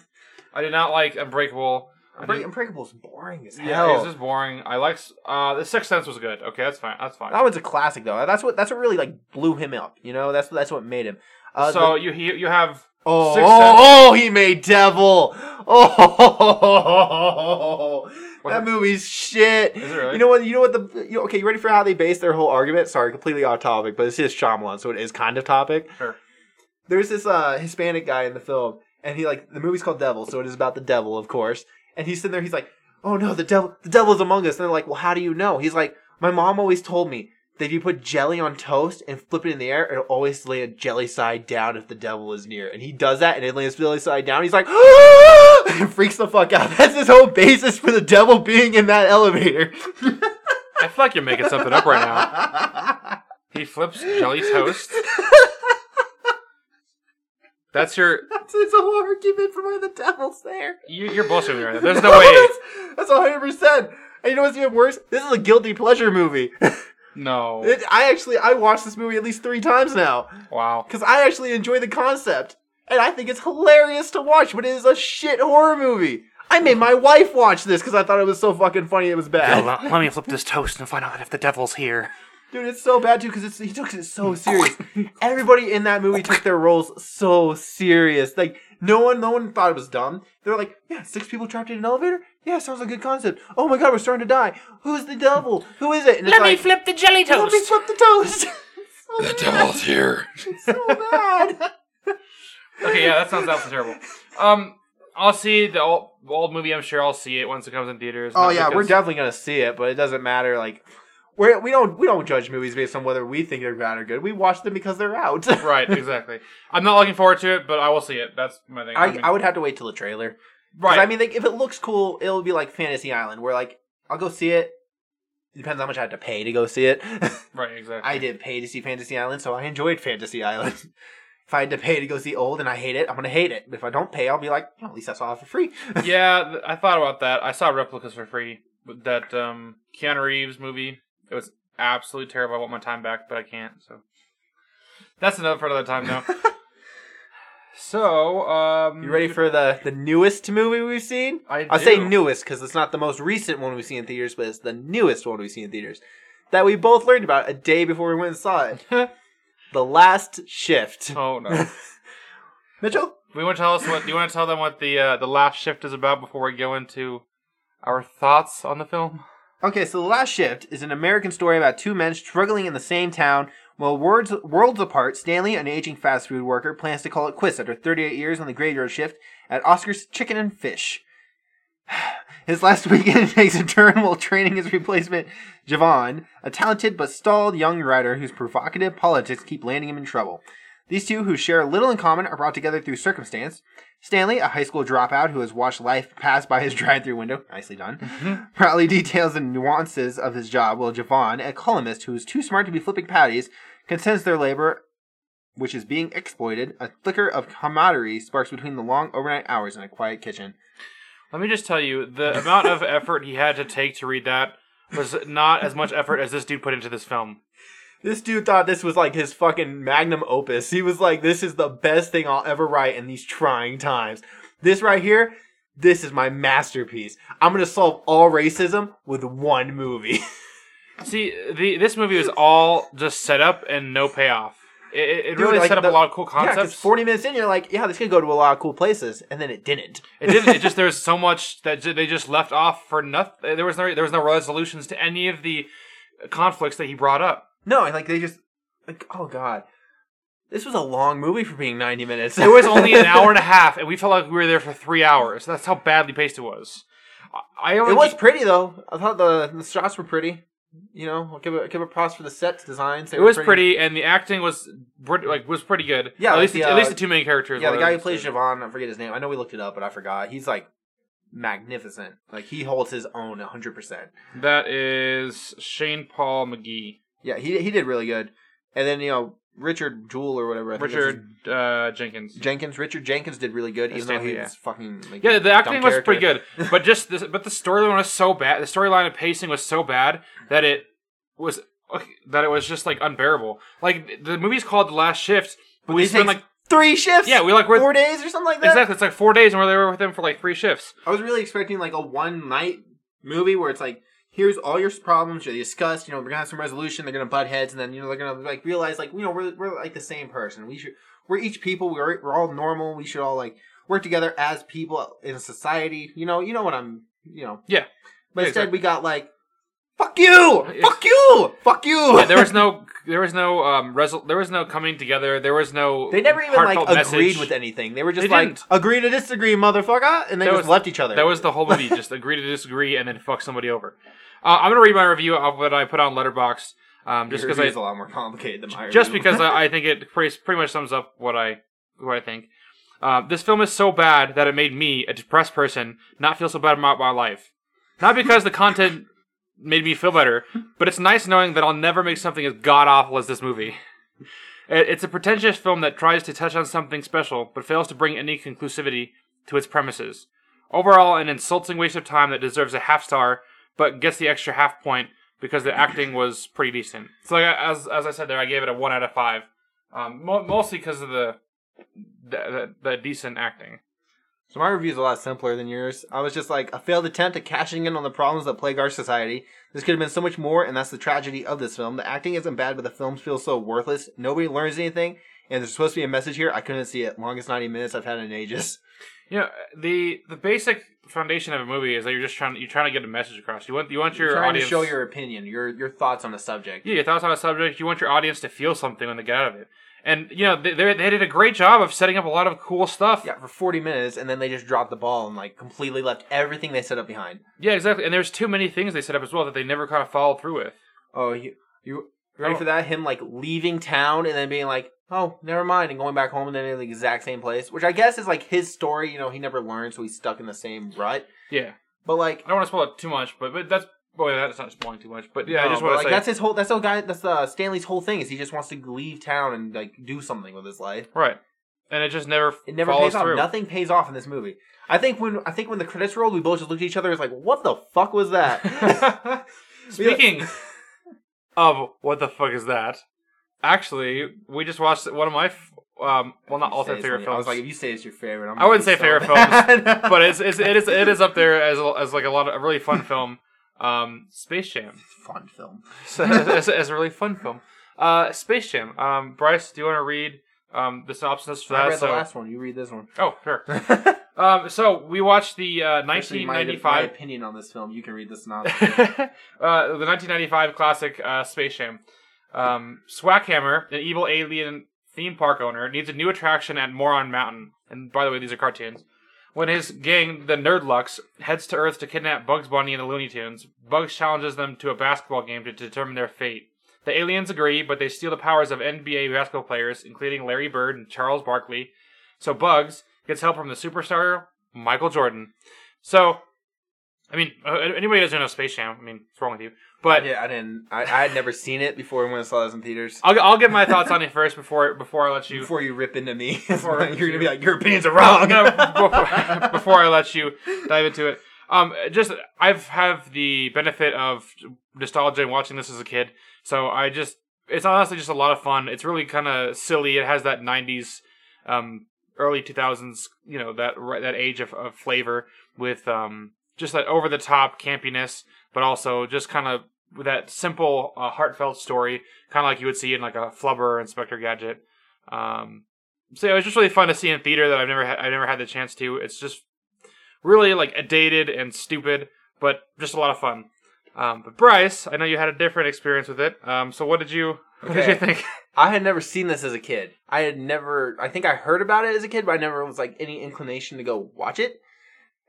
B: I did not like Unbreakable. I
A: Unbreak-
B: did-
A: Unbreakable's boring as
B: Yeah, it
A: hell.
B: was just boring. I like uh, the Sixth Sense was good. Okay, that's fine. That's fine.
A: that one's a classic though. That's what that's what really like blew him up. You know, that's that's what made him. Uh,
B: so
A: the-
B: you he, you have
A: oh,
B: Sixth Sense-
A: oh, oh, he made Devil. [laughs] Oh,
B: What
A: that
B: the-
A: movie's shit.
B: Is it really?
A: You know what? You know what? The you, okay, you ready for how they base their whole argument? Sorry, completely off topic, but it's just Shyamalan, so it is kind of topic.
B: Sure.
A: There's this uh, Hispanic guy in the film, and he like the movie's called Devil, so it is about the devil, of course. And he's sitting there, he's like, "Oh no, the devil, the devil is among us." And they're like, "Well, how do you know?" He's like, "My mom always told me." That if you put jelly on toast and flip it in the air, it'll always lay a jelly side down if the devil is near. And he does that, and it lands jelly side down. He's like, [gasps] and freaks the fuck out. [laughs] That's his whole basis for the devil being in that elevator.
B: I feel like you're making something up right
A: [laughs]
B: now. He flips jelly toast. That's your
A: That's his whole argument for why the devil's there.
B: you, you're bullshitting me right now.
A: [laughs]
B: There's no way.
A: That's hundred percent. And you know what's even worse? This is a guilty pleasure movie.
B: Oh. No.
A: It- I actually I watched this movie at least three times now
B: Wow.
A: because I actually enjoy the concept and I think it's hilarious to watch. But it is a shit horror movie. I made
B: Oh.
A: my wife watch this because I thought it was so fucking funny. It was bad,
B: let me flip this toast and find out if the devil's here.
A: dude. It's so bad too because it's he took it so [laughs] serious. Everybody in that movie took their roles so serious. Like no one, no one thought it was dumb. They're like, yeah, six people trapped in an elevator. Yeah, sounds like a good concept. Oh my god, we're starting to die. Who's the devil? Who is it? And it's like,
B: flip the jelly
A: Let me flip the toast. [laughs] the
B: devil's here.
A: so [laughs] bad.
B: Okay, yeah, that sounds absolutely terrible. Um, I'll see the old, old movie. I'm sure I'll see it once it comes in theaters.
A: oh
B: not
A: yeah, we're
B: because-
A: definitely gonna see it, but it doesn't matter. Like, we're, we don't we don't judge movies based on whether we think they're bad or good. We watch them because they're out. [laughs]
B: Right, exactly. I'm not looking forward to it, but I will see it. That's my thing.
A: I,
B: mean-
A: I would have to wait till the trailer. 'Cause,
B: right.
A: I mean, like, if it looks cool, it'll be like Fantasy Island, where like I'll go see it. Depends how much I had to pay to go see it. [laughs]
B: right, exactly.
A: I didn't pay to see Fantasy Island, so I enjoyed Fantasy Island. [laughs] if I had to pay to go see Old and I hate it, I'm gonna hate it. But if I don't pay, I'll be like, oh, at least I saw it for free.
B: yeah, th- I thought about that. I saw replicas for free. But that um, Keanu Reeves movie. It was absolutely terrible. I want my time back, but I can't. So that's another for another time now. so, um,
A: You ready for the the newest movie we've seen?
B: I,
A: I say
B: do.
A: newest because it's not the most recent one we've seen in theaters, but it's the newest one we've seen in theaters that we both learned about a day before we went and saw it. the Last Shift.
B: [laughs] Oh no.
A: Mitchell,
B: We want to tell us what. Do you want to tell them what the uh, the last shift is about before we go into our thoughts on the film?
A: Okay, so The Last Shift is an American story about two men struggling in the same town. While words, worlds apart, Stanley, an aging fast food worker, plans to call it quits after 38 years on the graveyard shift at Oscar's Chicken and Fish. [sighs] His last weekend [laughs] takes a turn while training his replacement, Javon, a talented but stalled young writer whose provocative politics keep landing him in trouble. These two, who share little in common, are brought together through circumstance. Stanley, a high school dropout who has watched life pass by his [laughs] drive-through window, nicely done, proudly details the nuances of his job, while Javon, a columnist who is too smart to be flipping patties, consents their labor, which is being exploited. A flicker of camaraderie sparks between the long overnight hours in a quiet kitchen.
B: Let me just tell you the amount of effort he had to take to read that was not as much effort as this dude put into this film.
A: This dude thought this was like his fucking magnum opus. He was like, this is the best thing I'll ever write in these trying times. This right here, this is my masterpiece. I'm gonna solve all racism with one movie. [laughs]
B: See, the this movie was all just set up and no payoff. It, it, it
A: Dude,
B: really
A: like
B: set up
A: the-
B: a lot of cool
A: Yeah, 'cause
B: concepts.
A: 40 minutes in, you're like, yeah, this could go to a lot of cool places. And then it didn't.
B: it didn't. It just there was so much that ju- they just left off for nothing. There was no there was no resolutions to any of the conflicts that he brought up.
A: No, and like they just, like, oh god, this was a long movie for being ninety minutes.
B: It was
A: [laughs]
B: only an hour and a half, and we felt like we were there for three hours. That's how badly paced it was. I I only
A: it was pretty though. I thought the, the shots were pretty. You know, I'll give a give a props for the sets designs. They
B: it
A: were
B: was pretty, and the acting was br- like was pretty good.
A: Yeah,
B: at
A: like
B: least
A: the,
B: the, at
A: uh,
B: least the two main characters.
A: Yeah, the
B: were.
A: guy who plays Javon, I forget his name. I know we looked it up, but I forgot. He's like magnificent. Like he holds his own 100%.
B: That is Shane Paul McGee.
A: Yeah, he he did really good. And then you know Richard Jewell or whatever. I think that's
B: Richard uh, Jenkins.
A: his- Jenkins. Richard Jenkins did really good,
B: And
A: even though
B: Stanley,
A: he
B: yeah.
A: was fucking like
B: yeah, the acting
A: dumb
B: was pretty good,
A: [laughs]
B: but just this, but the storyline was so bad. The storyline and pacing was so bad that it was that it was just like unbearable. Like the movie's called The Last Shift, but we
A: It
B: spent
A: takes
B: like
A: three shifts.
B: yeah, we like we're
A: four days or something like that.
B: exactly. It's like four days, and we're there with them for like
A: [laughs]
B: three shifts.
A: I was really expecting like a one night movie where it's like, here's all your problems, you're discussed, you know, we're gonna have some resolution, they're gonna butt heads, and then you know they're gonna like realize like, you know, we're we're like the same person. We should we're each people, we're we're all normal, we should all like work together as people in society. You know, you know what I'm you know.
B: Yeah.
A: But
B: Yeah,
A: instead
B: exactly.
A: we got like Fuck you!
B: It's-
A: Fuck you! Fuck you!
B: Yeah, there was no, there was no um, resol- there was no coming together. There was no.
A: they never even like
B: heartfelt
A: agreed
B: message.
A: with anything. They were just
B: They
A: like
B: didn't.
A: agree to disagree, motherfucker, and they
B: That
A: just
B: was-
A: left each other.
B: That was the whole movie. Just agree to disagree and then fuck somebody over. Uh, I'm gonna read my review of what I put on Letterboxd, um, just because I
A: a lot more complicated than my [laughs]
B: just
A: review.
B: because I, I think it pretty pretty much sums up what I what I think. Uh, this film is so bad that it made me, a depressed person, not feel so bad about my life. Not because the content made me feel better, but it's nice knowing that I'll never make something as god awful as this movie. It- It's a pretentious film that tries to touch on something special, but fails to bring any conclusivity to its premises. Overall, an insulting waste of time that deserves a half star, but gets the extra half point because the acting was pretty decent. So, like, as as I said there, I gave it a one out of five, um, mo- mostly because of the the, the the decent acting.
A: So my review's a lot simpler than yours. I was just like a failed attempt at cashing in on the problems that plague our society. This could have been so much more, and that's the tragedy of this film. The acting isn't bad, but the film feels so worthless. Nobody learns anything, and there's supposed to be a message here. I couldn't see it. Longest ninety minutes I've had in [laughs] ages.
B: You know, the the basic foundation of a movie is that you're just trying you're trying to get a message across. You want you want your
A: You're trying
B: audience
A: to show your opinion, your your thoughts on a subject.
B: yeah, your thoughts on a subject. You want your audience to feel something when they get out of it. And you know they they they did a great job of setting up a lot of cool stuff.
A: Yeah, for forty minutes, and then they just dropped the ball and like completely left everything they set up behind.
B: Yeah, exactly. And there's too many things they set up as well that they never kind of followed through with.
A: Oh, you you ready
B: Oh.
A: for that? Him like leaving town and then being like, "Oh, never mind," and going back home and then in the exact same place, which I guess is like his story. You know, he never learned, so he's stuck in the same rut.
B: Yeah,
A: But like,
B: I don't want to spoil it too much, but but that's well, that's not spoiling too much. But yeah, I
A: no,
B: just
A: but,
B: want to
A: like
B: say
A: that's his whole. That's the guy. That's uh, Stanley's whole thing is he just wants to leave town and like do something with his life.
B: Right. And it just never
A: It never
B: follows
A: pays off.
B: through.
A: Nothing pays off in this movie. I think when I think when the credits rolled, we both just looked at each other. It's like, what the fuck was
B: [laughs]
A: that? [laughs]
B: Speaking of what the fuck is that? Actually, we just watched one of my f- um well not
A: You
B: all
A: say
B: time
A: it's
B: favorite
A: me. I was
B: films.
A: like, if you say it's your favorite, I'm
B: I wouldn't say favorite
A: films, [laughs]
B: but it's, it's it is it is up there as a- as like a lot of a really fun film. Um Space Jam.
A: [laughs] fun
B: [laughs]
A: film.
B: It's, it's- it's a really fun film. Uh Space Jam. Um Bryce, do you want to read um the synopsis for that?
A: I read
B: so
A: the last one. You read this
B: [laughs]
A: one.
B: Oh, sure. um so we watched the uh
A: Actually, my- My,
B: 1995
A: opinion on this film, you can read this
B: [laughs] uh,
A: synopsis.
B: the 1995 classic uh, Space Jam. Um, Swackhammer, an evil alien theme park owner, needs a new attraction at Moron Mountain. And by the way, these are cartoons. When his gang, the Nerdlux, heads to Earth to kidnap Bugs Bunny and the Looney Tunes, Bugs challenges them to a basketball game to determine their fate. The aliens agree, but they steal the powers of NBA basketball players, including Larry Bird and Charles Barkley. So Bugs gets help from the superstar Michael Jordan. So, I mean, uh, anybody who doesn't know Space Jam, I mean, what's wrong with you? But
A: yeah, I didn't. I, I had never seen it before when I saw this in theaters.
B: I'll, I'll give my thoughts on it first before before I let you.
A: Before you rip into me, [laughs]
B: Before I rip
A: you're gonna
B: into
A: be
B: you.
A: like, your opinions are wrong.
B: No,
A: [laughs]
B: before, [laughs] before I let you dive into it, um, just I've have the benefit of nostalgia and watching this as a kid, so I just it's honestly just a lot of fun. It's really kind of silly. It has that '90s, um, early 2000s, you know that that age of, of flavor with um just that over the top campiness, but also just kind of with that simple uh, heartfelt story, kind of like you would see in like a Flubber or Inspector Gadget. Um, so yeah, it was just really fun to see in theater that I've never had. I've never had the chance to. It's just really like dated and stupid, but just a lot of fun. Um, but Bryce, I know you had a different experience with it. Um, so what did you? What did
A: Okay.
B: you think?
A: I had never seen this as a kid. I had never. I think I heard about it as a kid, but I never was like any inclination to go watch it.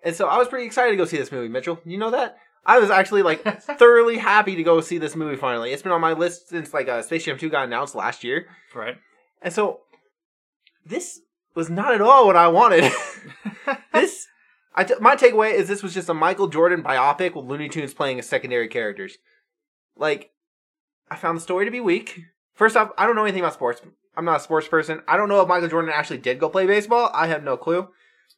A: And so I was pretty excited to go see this movie, Mitchell. You know that? I was actually like thoroughly happy to go see this movie finally. It's been on my list since like uh, Space Jam 2 got announced last year.
B: [laughs] Right.
A: And so [laughs] this was not at all what I wanted. this I t- my takeaway is this was just a Michael Jordan biopic with Looney Tunes playing as secondary characters. Like, I found the story to be weak. First off, I don't know anything about sports. I'm not a sports person. I don't know if Michael Jordan actually did go play baseball. I have no clue.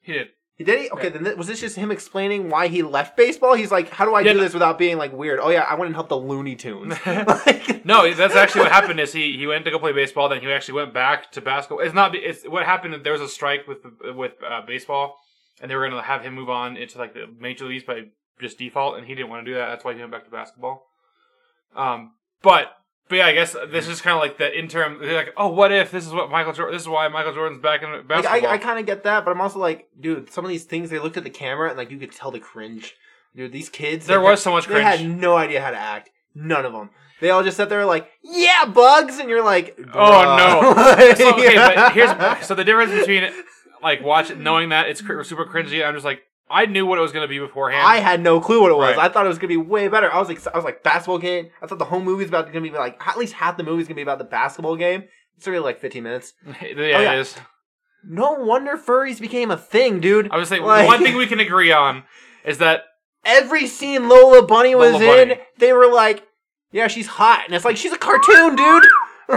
B: He did.
A: He did he? Okay, then th- was this just him explaining why he left baseball? He's like, how do I
B: Yeah,
A: do
B: no-
A: this without being like weird? Oh yeah, I went and helped the Looney
B: [laughs]
A: Tunes. [laughs] like,
B: No, that's actually what happened. Is he he went to go play baseball, then he actually went back to basketball. It's not. It's what happened. is There was a strike with the- with uh, baseball, and they were going to have him move on into like the major leagues by just default, and he didn't want to do that. That's why he went back to basketball. Um, but but yeah, I guess this is kind of like the interim. They're like, oh, what if this is what Michael Jordan? This is why Michael Jordan's back in basketball.
A: like, I, I kind of get that, but I'm also like, dude, some of these things they looked at the camera and like you could tell the cringe. Dude, these kids.
B: there
A: they-
B: was so much
A: They
B: cringe.
A: had no idea how to act. None of them. They all just sat there like, "Yeah, bugs," and you're like,
B: Oh, no.
A: "Bruh." [laughs]
B: so, okay, but here's so the difference between like watch knowing that it's cr- super cringy. I'm just like I knew what it was going to be beforehand.
A: I had no clue what it was.
B: Right.
A: I thought it was gonna be way better. I was like, I was like basketball game. I thought the whole movie's about gonna be like at least half the movie's gonna be about the basketball game. It's really like 15 minutes.
B: [laughs] yeah,
A: yeah.
B: it is.
A: No wonder furries became a thing, dude.
B: I was saying
A: Like-
B: the one thing we can agree on is that
A: [laughs] Every scene Lola Bunny was
B: Lola
A: in,
B: Bunny.
A: they were like, "Yeah, she's hot," and it's like she's a cartoon, dude.
B: [laughs]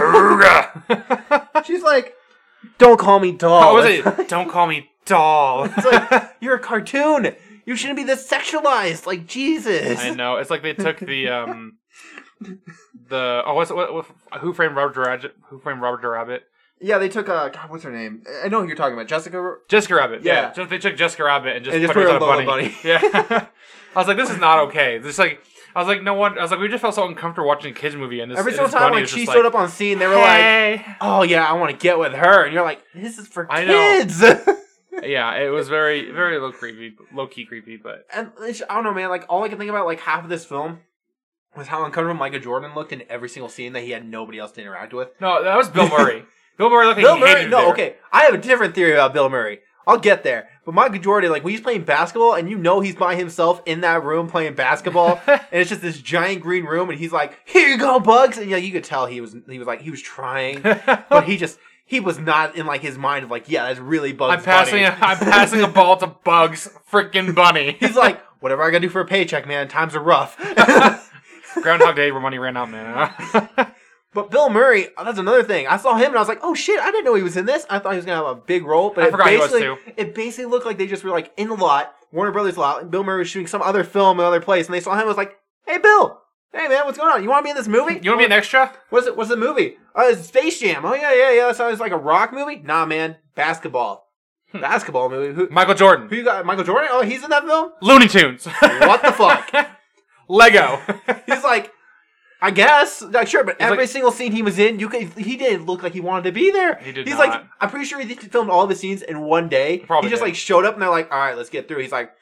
A: she's like, "Don't call me doll."
B: what was
A: It's
B: it? Don't call me doll.
A: [laughs] It's like you're a cartoon. You shouldn't be this sexualized. Like Jesus.
B: I know. It's like they took the um the oh what's what, what who framed Roger Rabbit who framed Roger Rabbit
C: Yeah, they took uh, God, what's her name? I- I know who you're talking about, Jessica.
B: Jessica Rabbit. Yeah.
A: Yeah.
B: Just- They took Jessica Rabbit and just,
A: And just
B: put
A: put
B: her
A: her
B: on a
A: on
B: bunny.
A: Lola Bunny.
B: Yeah. [laughs] I was like, this is not okay. This is like, I was like, no one. I was like, we just felt so uncomfortable watching a kids movie and this.
A: Every
B: and
A: single
B: this
A: time
B: bunny
A: when
B: is
A: she
B: just
A: showed
B: like,
A: up on scene, they were like,
B: hey. [laughs]
A: "Oh yeah, I want to get with her," and you're like, "This is for
B: I know.
A: kids." [laughs]
B: yeah, it was very, very low creepy, low key creepy, but
A: and it's- I don't know, man. Like all I can think about, like half of this film, was how uncomfortable Michael Jordan looked in every single scene that he had nobody else to interact with.
B: no, that was Bill [laughs] Murray. Bill Murray looked like
A: Bill
B: he
A: Murray.
B: hated
A: No,
B: there.
A: okay. I have a different theory about Bill Murray. I'll get there. But Michael Jordan, like when he's playing basketball, and you know he's by himself in that room playing
B: [laughs]
A: basketball, and it's just this giant green room, and he's like, "Here you go, Bugs," and yeah, you could tell he was he was like he was trying, but he just he was not in like his mind of like, yeah, that's really Bugs.
B: I'm passing,
A: Bunny."
B: a, I'm passing a ball to Bugs, freaking [laughs] bunny.
A: he's like, whatever I gotta do for a paycheck, man. Times are
B: [laughs]
A: rough.
B: Groundhog Day, where money ran out, [laughs] man.
A: but Bill Murray, oh, that's another thing. I saw him and I was like, oh shit, I didn't know he was in this. I thought he was gonna have a big role, but
B: I
A: it
B: forgot he was,
A: basically
B: too.
A: it basically looked like they just were like in the lot, Warner Brothers lot, and Bill Murray was shooting some other film in another place, and they saw him and was like, hey Bill, hey man, what's going on? You want to be in this movie?
B: you want to be an extra?
A: What's it? What's the movie? Uh, it's Space Jam. Oh yeah, yeah, yeah. That sounds like a rock movie. Nah, man,
B: [laughs]
A: basketball, basketball movie. Who,
B: Michael Jordan,
A: who you got? Michael Jordan? Oh, he's in that film.
B: Looney Tunes,
A: What the
B: [laughs]
A: fuck?
B: Lego.
A: He's like, I guess, like sure, but
B: He's
A: every
B: like-
A: single scene he was in, you could he didn't look like he wanted to be there.
B: He did
A: He's
B: not.
A: like, I'm pretty sure he filmed all the scenes in one day.
B: Probably
A: he just
B: did.
A: like showed up and they're like, all right, let's get through. He's like,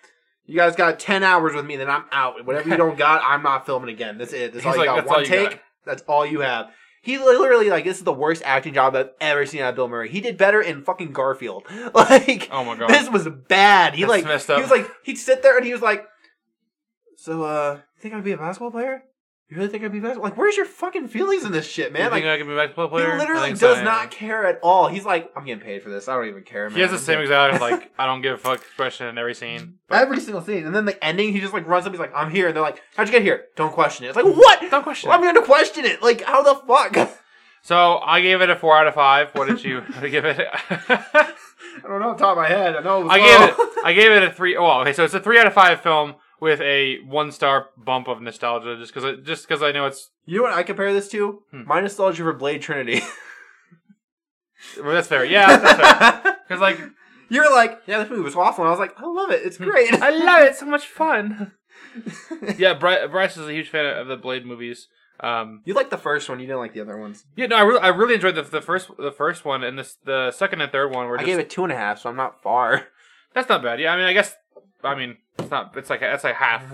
A: you guys got ten hours with me, then I'm out. Whatever
B: [laughs]
A: you don't got, I'm not filming again. That's it. That's all
B: He's
A: you got.
B: like, "That's
A: One
B: all you
A: take.
B: got."
A: That's all you have. He literally like this is the worst acting job I've ever seen out of Bill Murray. He did better in fucking Garfield. [laughs] Like
B: Oh my god.
A: this was bad. He
B: That's
A: like
B: messed up.
A: he was like he'd sit there and he was like, "So, uh, you think I'd be a basketball player? You really think I'd be basketball? Like, where's your fucking feelings in this shit, man?
B: you
A: Like,
B: think I can be a basketball
A: he
B: player? I
A: literally
B: think
A: does
B: so, yeah.
A: not care at all. He's like, I'm getting paid for this. I don't even care, man.
B: He has the same exact [laughs] like I don't give a fuck expression in every scene. But
A: every single scene, and then the ending, he just like runs up. He's like, "I'm here," and they're like, "How'd you get here? Don't question it." It's like, what?
B: don't question. it.
A: I'm going to question it. Like, how the fuck? [laughs] I
B: So I gave it a four out of five. What
A: [laughs]
B: did you [laughs] give it? [laughs]
A: don't know, off the top of my head. I know.
B: I gave it. I gave it a three oh okay, so it's a three out of five film with a one star bump of nostalgia, just because just because I know it's
A: [laughs] You know what I compare this to?
B: Hmm.
A: My nostalgia for Blade Trinity.
B: well, that's fair. Yeah,
A: [laughs]
B: that's fair. Because like
A: you were like, "Yeah, this movie was awful," and I was like, "I love it. It's great."
B: Hmm. I love it, so much fun. yeah, Bryce, Bryce is a huge fan of the Blade movies. Um,
A: [laughs] You liked the first one. You didn't like the other ones.
B: yeah, no, I really, I really enjoyed the, the first the first one and the the second and third one were
A: I
B: just
A: gave it two and a half, so I'm not far.
B: That's not bad. Yeah, I mean, I guess. I mean, it's not. It's like that's like
A: [laughs]
B: half.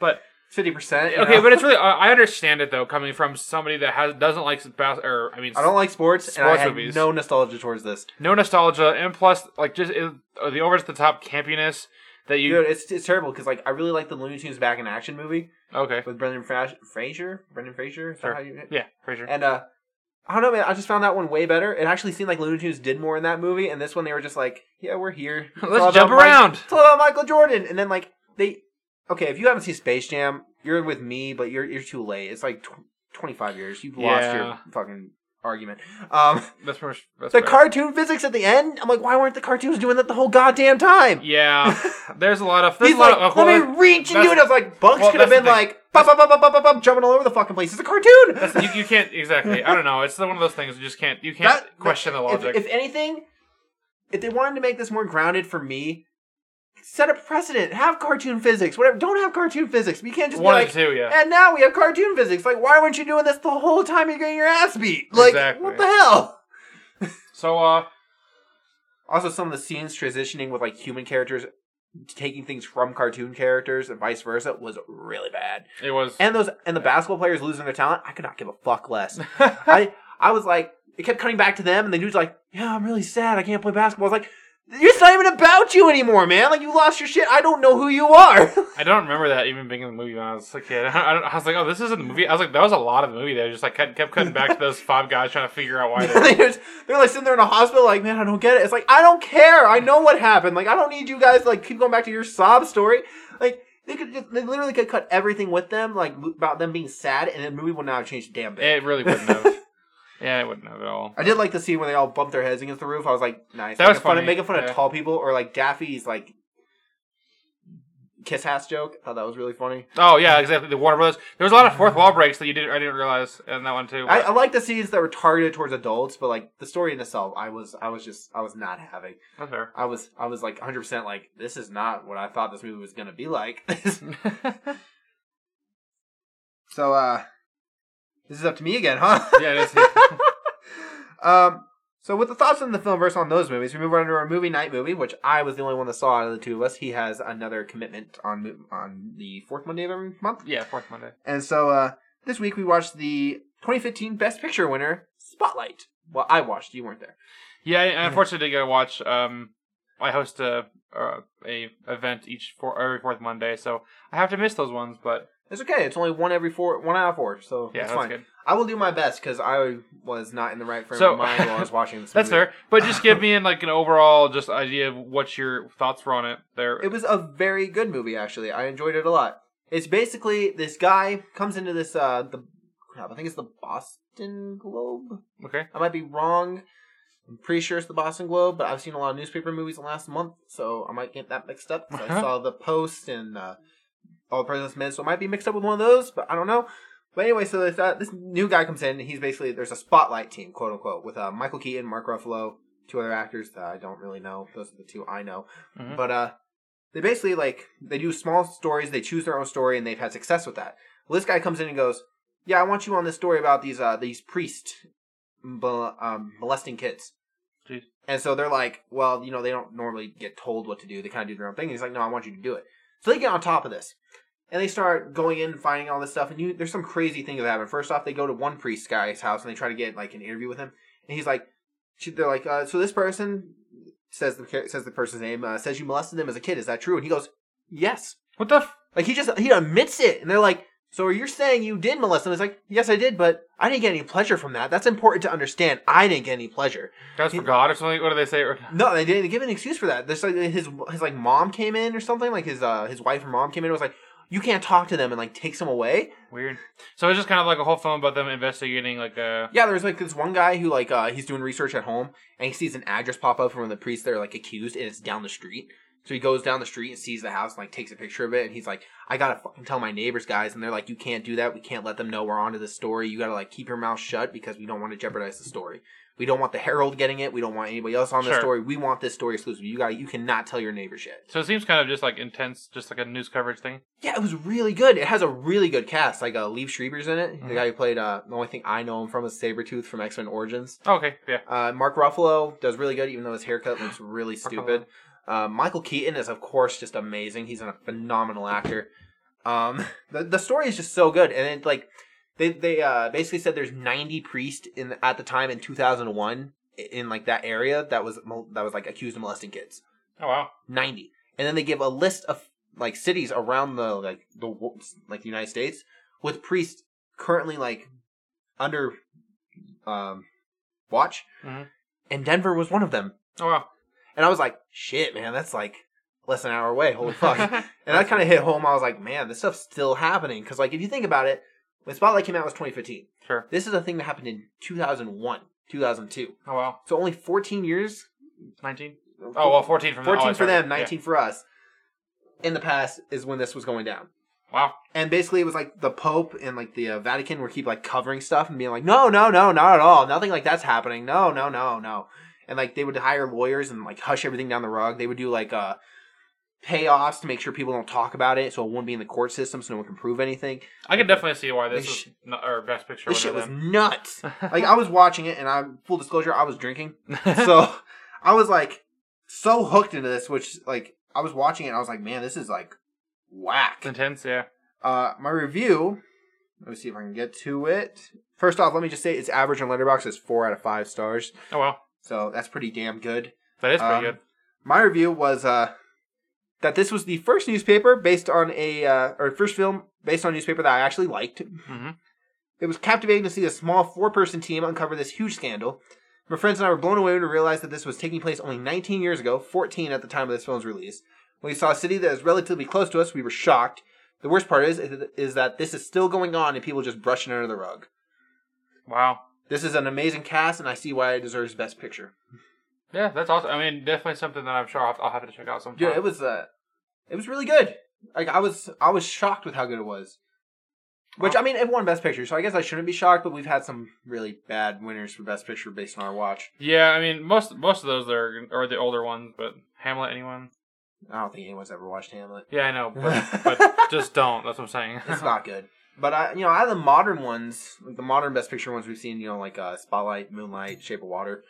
B: But
A: Fifty percent.
B: okay, but it's really. I I understand it though, coming from somebody that has doesn't like bas- or I mean,
A: I don't like sports, and I
B: Sports
A: had
B: movies.
A: no nostalgia towards this.
B: no nostalgia, and plus like just it, uh, the over the top campiness that you.
A: Dude, it's, it's terrible because like I really like the Looney Tunes back in action movie
B: Okay,
A: with Brendan Fra- Fraser. Brendan Fraser. Is that
B: Sure.
A: how you?
B: yeah, for sure.
A: And uh, I don't know, man. I just found that one way better. It actually seemed like Looney Tunes did more in that movie, and this one they were just like, "Yeah, we're here.
B: [laughs]
A: It's all about
B: [laughs] Let's jump
A: Mike-
B: around.
A: it's all about Michael Jordan." And then like they, okay, if you haven't seen Space Jam, you're with me, but you're you're too late. It's like tw- 25 years. You've lost your
B: Yeah.
A: fucking argument. Um,
B: That's pretty much that's
A: the
B: fair.
A: cartoon physics at the end. I'm like, why weren't the cartoons doing that the whole goddamn time? [laughs]
B: Yeah, there's a lot of there's
A: He's
B: a lot
A: like,
B: of uh,
A: let
B: well,
A: me reach and
B: that's-
A: do it. I was like, Bugs
B: well,
A: could have
B: that's
A: been
B: the thing.
A: like, bop, bop, bop, bop, bop, bop, bop, jumping all over the fucking place. It's a cartoon.
B: that's- you, you can't exactly. I don't know. It's the, one of those things you just can't you can't
A: That-
B: question the
A: [laughs] if,
B: logic.
A: if anything, if they wanted to make this more grounded for me, set a precedent. Have cartoon physics. Whatever. Don't have cartoon physics. We can't just
B: one
A: be
B: of
A: like. "Eh."
B: the two, yeah.
A: And now we have cartoon physics. Like, why weren't you doing this the whole time you're getting your ass beat? Like,
B: Exactly.
A: what the hell?
B: So uh,
A: Also, some of the scenes transitioning with like human characters taking things from cartoon characters and vice versa was really bad.
B: it was.
A: And those and the basketball players losing their talent, I could not give a fuck less. I I was like, it kept coming back to them, and the dude's like, "Yeah, I'm really sad. I can't play basketball." I was like, "It's not even about you anymore, man. Like you lost your shit. I don't know who you are." [laughs]
B: I don't remember that even being in the movie when I was a kid. [laughs] I, don't, I was like, oh, this isn't the movie. I was like, that was a lot of the movie. They just like kept, kept cutting back to those five guys trying to figure out why. They,
A: they're, just- they're, like sitting there in a hospital, like, "Man, I don't get it." It's like I don't care. I know what happened. Like I don't need you guys to, like keep going back to your sob story. Like they could just, they literally could cut everything with them, like mo- about them being sad, and the movie would not have changed a damn [laughs] bit.
B: it really wouldn't have. yeah, it wouldn't have at all.
A: I did like the scene where they all bumped their heads against the roof. I was like, nice.
B: That
A: making
B: was
A: fun of
B: funny,
A: making fun
B: yeah.
A: of tall people or like Daffy's like kiss ass joke. I thought that was really funny.
B: Oh yeah, exactly. The Warner Brothers. There was a lot of fourth wall breaks that you didn't. I didn't realize in that one too.
A: Mm-hmm. I, oh. I like the scenes that were targeted towards adults, but like the story in itself, I was I was just I was not having.
B: That's fair.
A: I was I was like 100 percent like this is not what I thought this movie was gonna be
B: [laughs]
A: like. [laughs]
D: So, uh, this is up to me again,
A: [laughs]
D: huh?
B: Yeah, it is.
D: um,
A: so with the thoughts on the film verse on those movies, we move on to our movie night movie, which I was the only one that saw out of the two of us. He has another commitment on mo- on the fourth Monday of every month.
B: yeah, fourth Monday.
A: And so uh, this week we watched the 2015 Best Picture winner, Spotlight. Well, I watched. You weren't there.
B: Yeah, I unfortunately did go watch. Um, I host a uh, a event each four, every fourth Monday, so I have to miss those ones. But
A: It's okay. It's only one every four, one out of four, so
B: yeah,
A: it's
B: that's
A: fine.
B: good.
A: I will do my best because I was not in the right frame
B: So-
A: of mind while I was
B: [laughs]
A: watching this.
B: That's
A: movie.
B: fair. But just
A: [laughs]
B: give me an, like an overall just idea of what your thoughts were on it. There,
A: It was a very good movie, actually. I enjoyed it a lot. It's basically this guy comes into this uh the crap. I think it's the Boston Globe.
B: okay.
A: I might be wrong. I'm pretty sure it's the Boston Globe, but I've seen a lot of newspaper movies in the last month, so I might get that mixed up. 'cause I
B: Uh-huh.
A: saw the Post and uh, All the President's Men, so it might be mixed up with one of those, but I don't know. But anyway, so this, uh, this new guy comes in, and he's basically there's a spotlight team, quote unquote, with uh, Michael Keaton, Mark Ruffalo, two other actors that I don't really know. Those are the two I know.
B: Mhm.
A: But uh, they basically like they do small stories, they choose their own story, and they've had success with that. Well, this guy comes in and goes, "Yeah, I want you on this story about these uh, these priests mol- um, molesting kids.
B: Jeez.
A: And so they're like, well, you know, they don't normally get told what to do. They kind of do their own thing. And he's like, no, I want you to do it. So they get on top of this. And they start going in and finding all this stuff. And you, there's some crazy things that happen. First off, they go to one priest guy's house and they try to get like an interview with him. And he's like, she, they're like, uh, so this person says the says the person's name uh, says you molested them as a kid. Is that true? And he goes, yes.
B: What the? F-
A: Like he just he admits it, and they're like, "So you're saying you did molest them?" It's like, "Yes, I did, but I didn't get any pleasure from that. That's important to understand. I didn't get any pleasure.
B: guys for God or something? What do they say? Or-
A: No, they didn't give an excuse for that. There's like his his like mom came in or something. Like his uh his wife or mom came in and was like, "You can't talk to them," and like takes them away.
B: Weird. So it's just kind of like a whole film about them investigating, like uh, a.
A: Yeah, there was like this one guy who like uh he's doing research at home and he sees an address pop up from the priest they're like accused and it's down the street. So he goes down the street and sees the house and like takes a picture of it and he's like, I gotta fucking tell my neighbors guys and they're like, You can't do that, we can't let them know we're onto this story. You gotta like keep your mouth shut because we don't want to jeopardize the story. We don't want the Herald getting it, we don't want anybody else on the
B: Sure.
A: story, we want this story exclusive. You got to you cannot tell your neighbors shit.
B: So it seems kind of just like intense, just like a news coverage thing.
A: Yeah, it was really good. It has a really good cast. Like uh Leave Schreiber's in it. The
B: Mhm.
A: guy who played uh the only thing I know him from is Sabretooth from X Men Origins.
B: Oh, okay, yeah.
A: Uh, Mark Ruffalo does really good, even though his haircut looks really stupid. Uh, Michael Keaton is, of course, just amazing. He's a phenomenal actor. Um, [laughs] the the story is just so good, and it like they they uh, basically said there's 90 priests in at the time in 2001 i- in like that area that was mol- that was like accused of molesting kids.
B: Oh wow.
A: 90, and then they give a list of like cities around the like the wo- like the United States with priests currently like under um, watch,
B: Mhm.
A: and Denver was one of them.
B: Oh [laughs] wow.
A: And I was like, shit, man, that's like less than an hour away. Holy fuck.
B: [laughs]
A: and that kind of hit home. I was like, man, this stuff's still happening. Because, like, if you think about it, when Spotlight came out, it was 2015.
B: Sure.
A: This is a thing that happened in 2001, 2002.
B: Oh wow.
A: So only 14 years.
B: Nineteen. Oh well, fourteen from
A: 14
B: oh,
A: for
B: sorry.
A: them,
B: Yeah.
A: 19 for us. In the past is when this was going down.
B: Wow.
A: And basically, it was like the Pope and like the uh, Vatican were keep like covering stuff and being like, no, no, no, not at all. Nothing like that's happening. No, no, no, no. And like they would hire lawyers and like hush everything down the rug. They would do like uh, payoffs to make sure people don't talk about it, so it wouldn't be in the court system, so no one can prove anything.
B: I can definitely see why this
A: This
B: is not our best picture.
A: This shit
B: winner
A: was
B: then.
A: nuts. [laughs] like I was watching it, and I full disclosure, I was drinking, so I was like so hooked into this, which like I was watching it, and I was like, man, this is like whack.
B: It's intense. Yeah.
A: Uh, my review. Let me see if I can get to it. First off, let me just say its average on Letterboxd is four out of five stars,
B: Oh well,
A: so that's pretty damn good.
B: that is pretty
A: Um,
B: good.
A: My review was uh, that this was the first newspaper based on a uh, or first film based on a newspaper that I actually liked.
B: Mhm.
A: It was captivating to see a small four-person team uncover this huge scandal. My friends and I were blown away to realize that this was taking place only 19 years ago, 14 at the time of this film's release. When we saw a city that is relatively close to us, we were shocked. The worst part is is that this is still going on and people just brushing it under the rug.
B: Wow.
A: This is an amazing cast, and I see why it deserves Best Picture.
B: Yeah, that's awesome. I mean, definitely something that I'm sure I'll have, I'll have to check out sometime.
A: Dude, it was uh, it was really good. Like I was, I was shocked with how good it was. Which I mean, it won Best Picture, so I guess I shouldn't be shocked. But we've had some really bad winners for Best Picture based on our watch.
B: yeah, I mean, most most of those are are the older ones, but Hamlet, anyone?
A: I don't think anyone's ever watched Hamlet.
B: Yeah, I know,
A: [laughs]
B: [laughs] but, but just don't. That's what I'm saying. [laughs]
A: It's not good. But I, you know, out of the modern ones, like the modern Best Picture ones we've seen, you know, like uh, Spotlight, Moonlight, Shape of Water,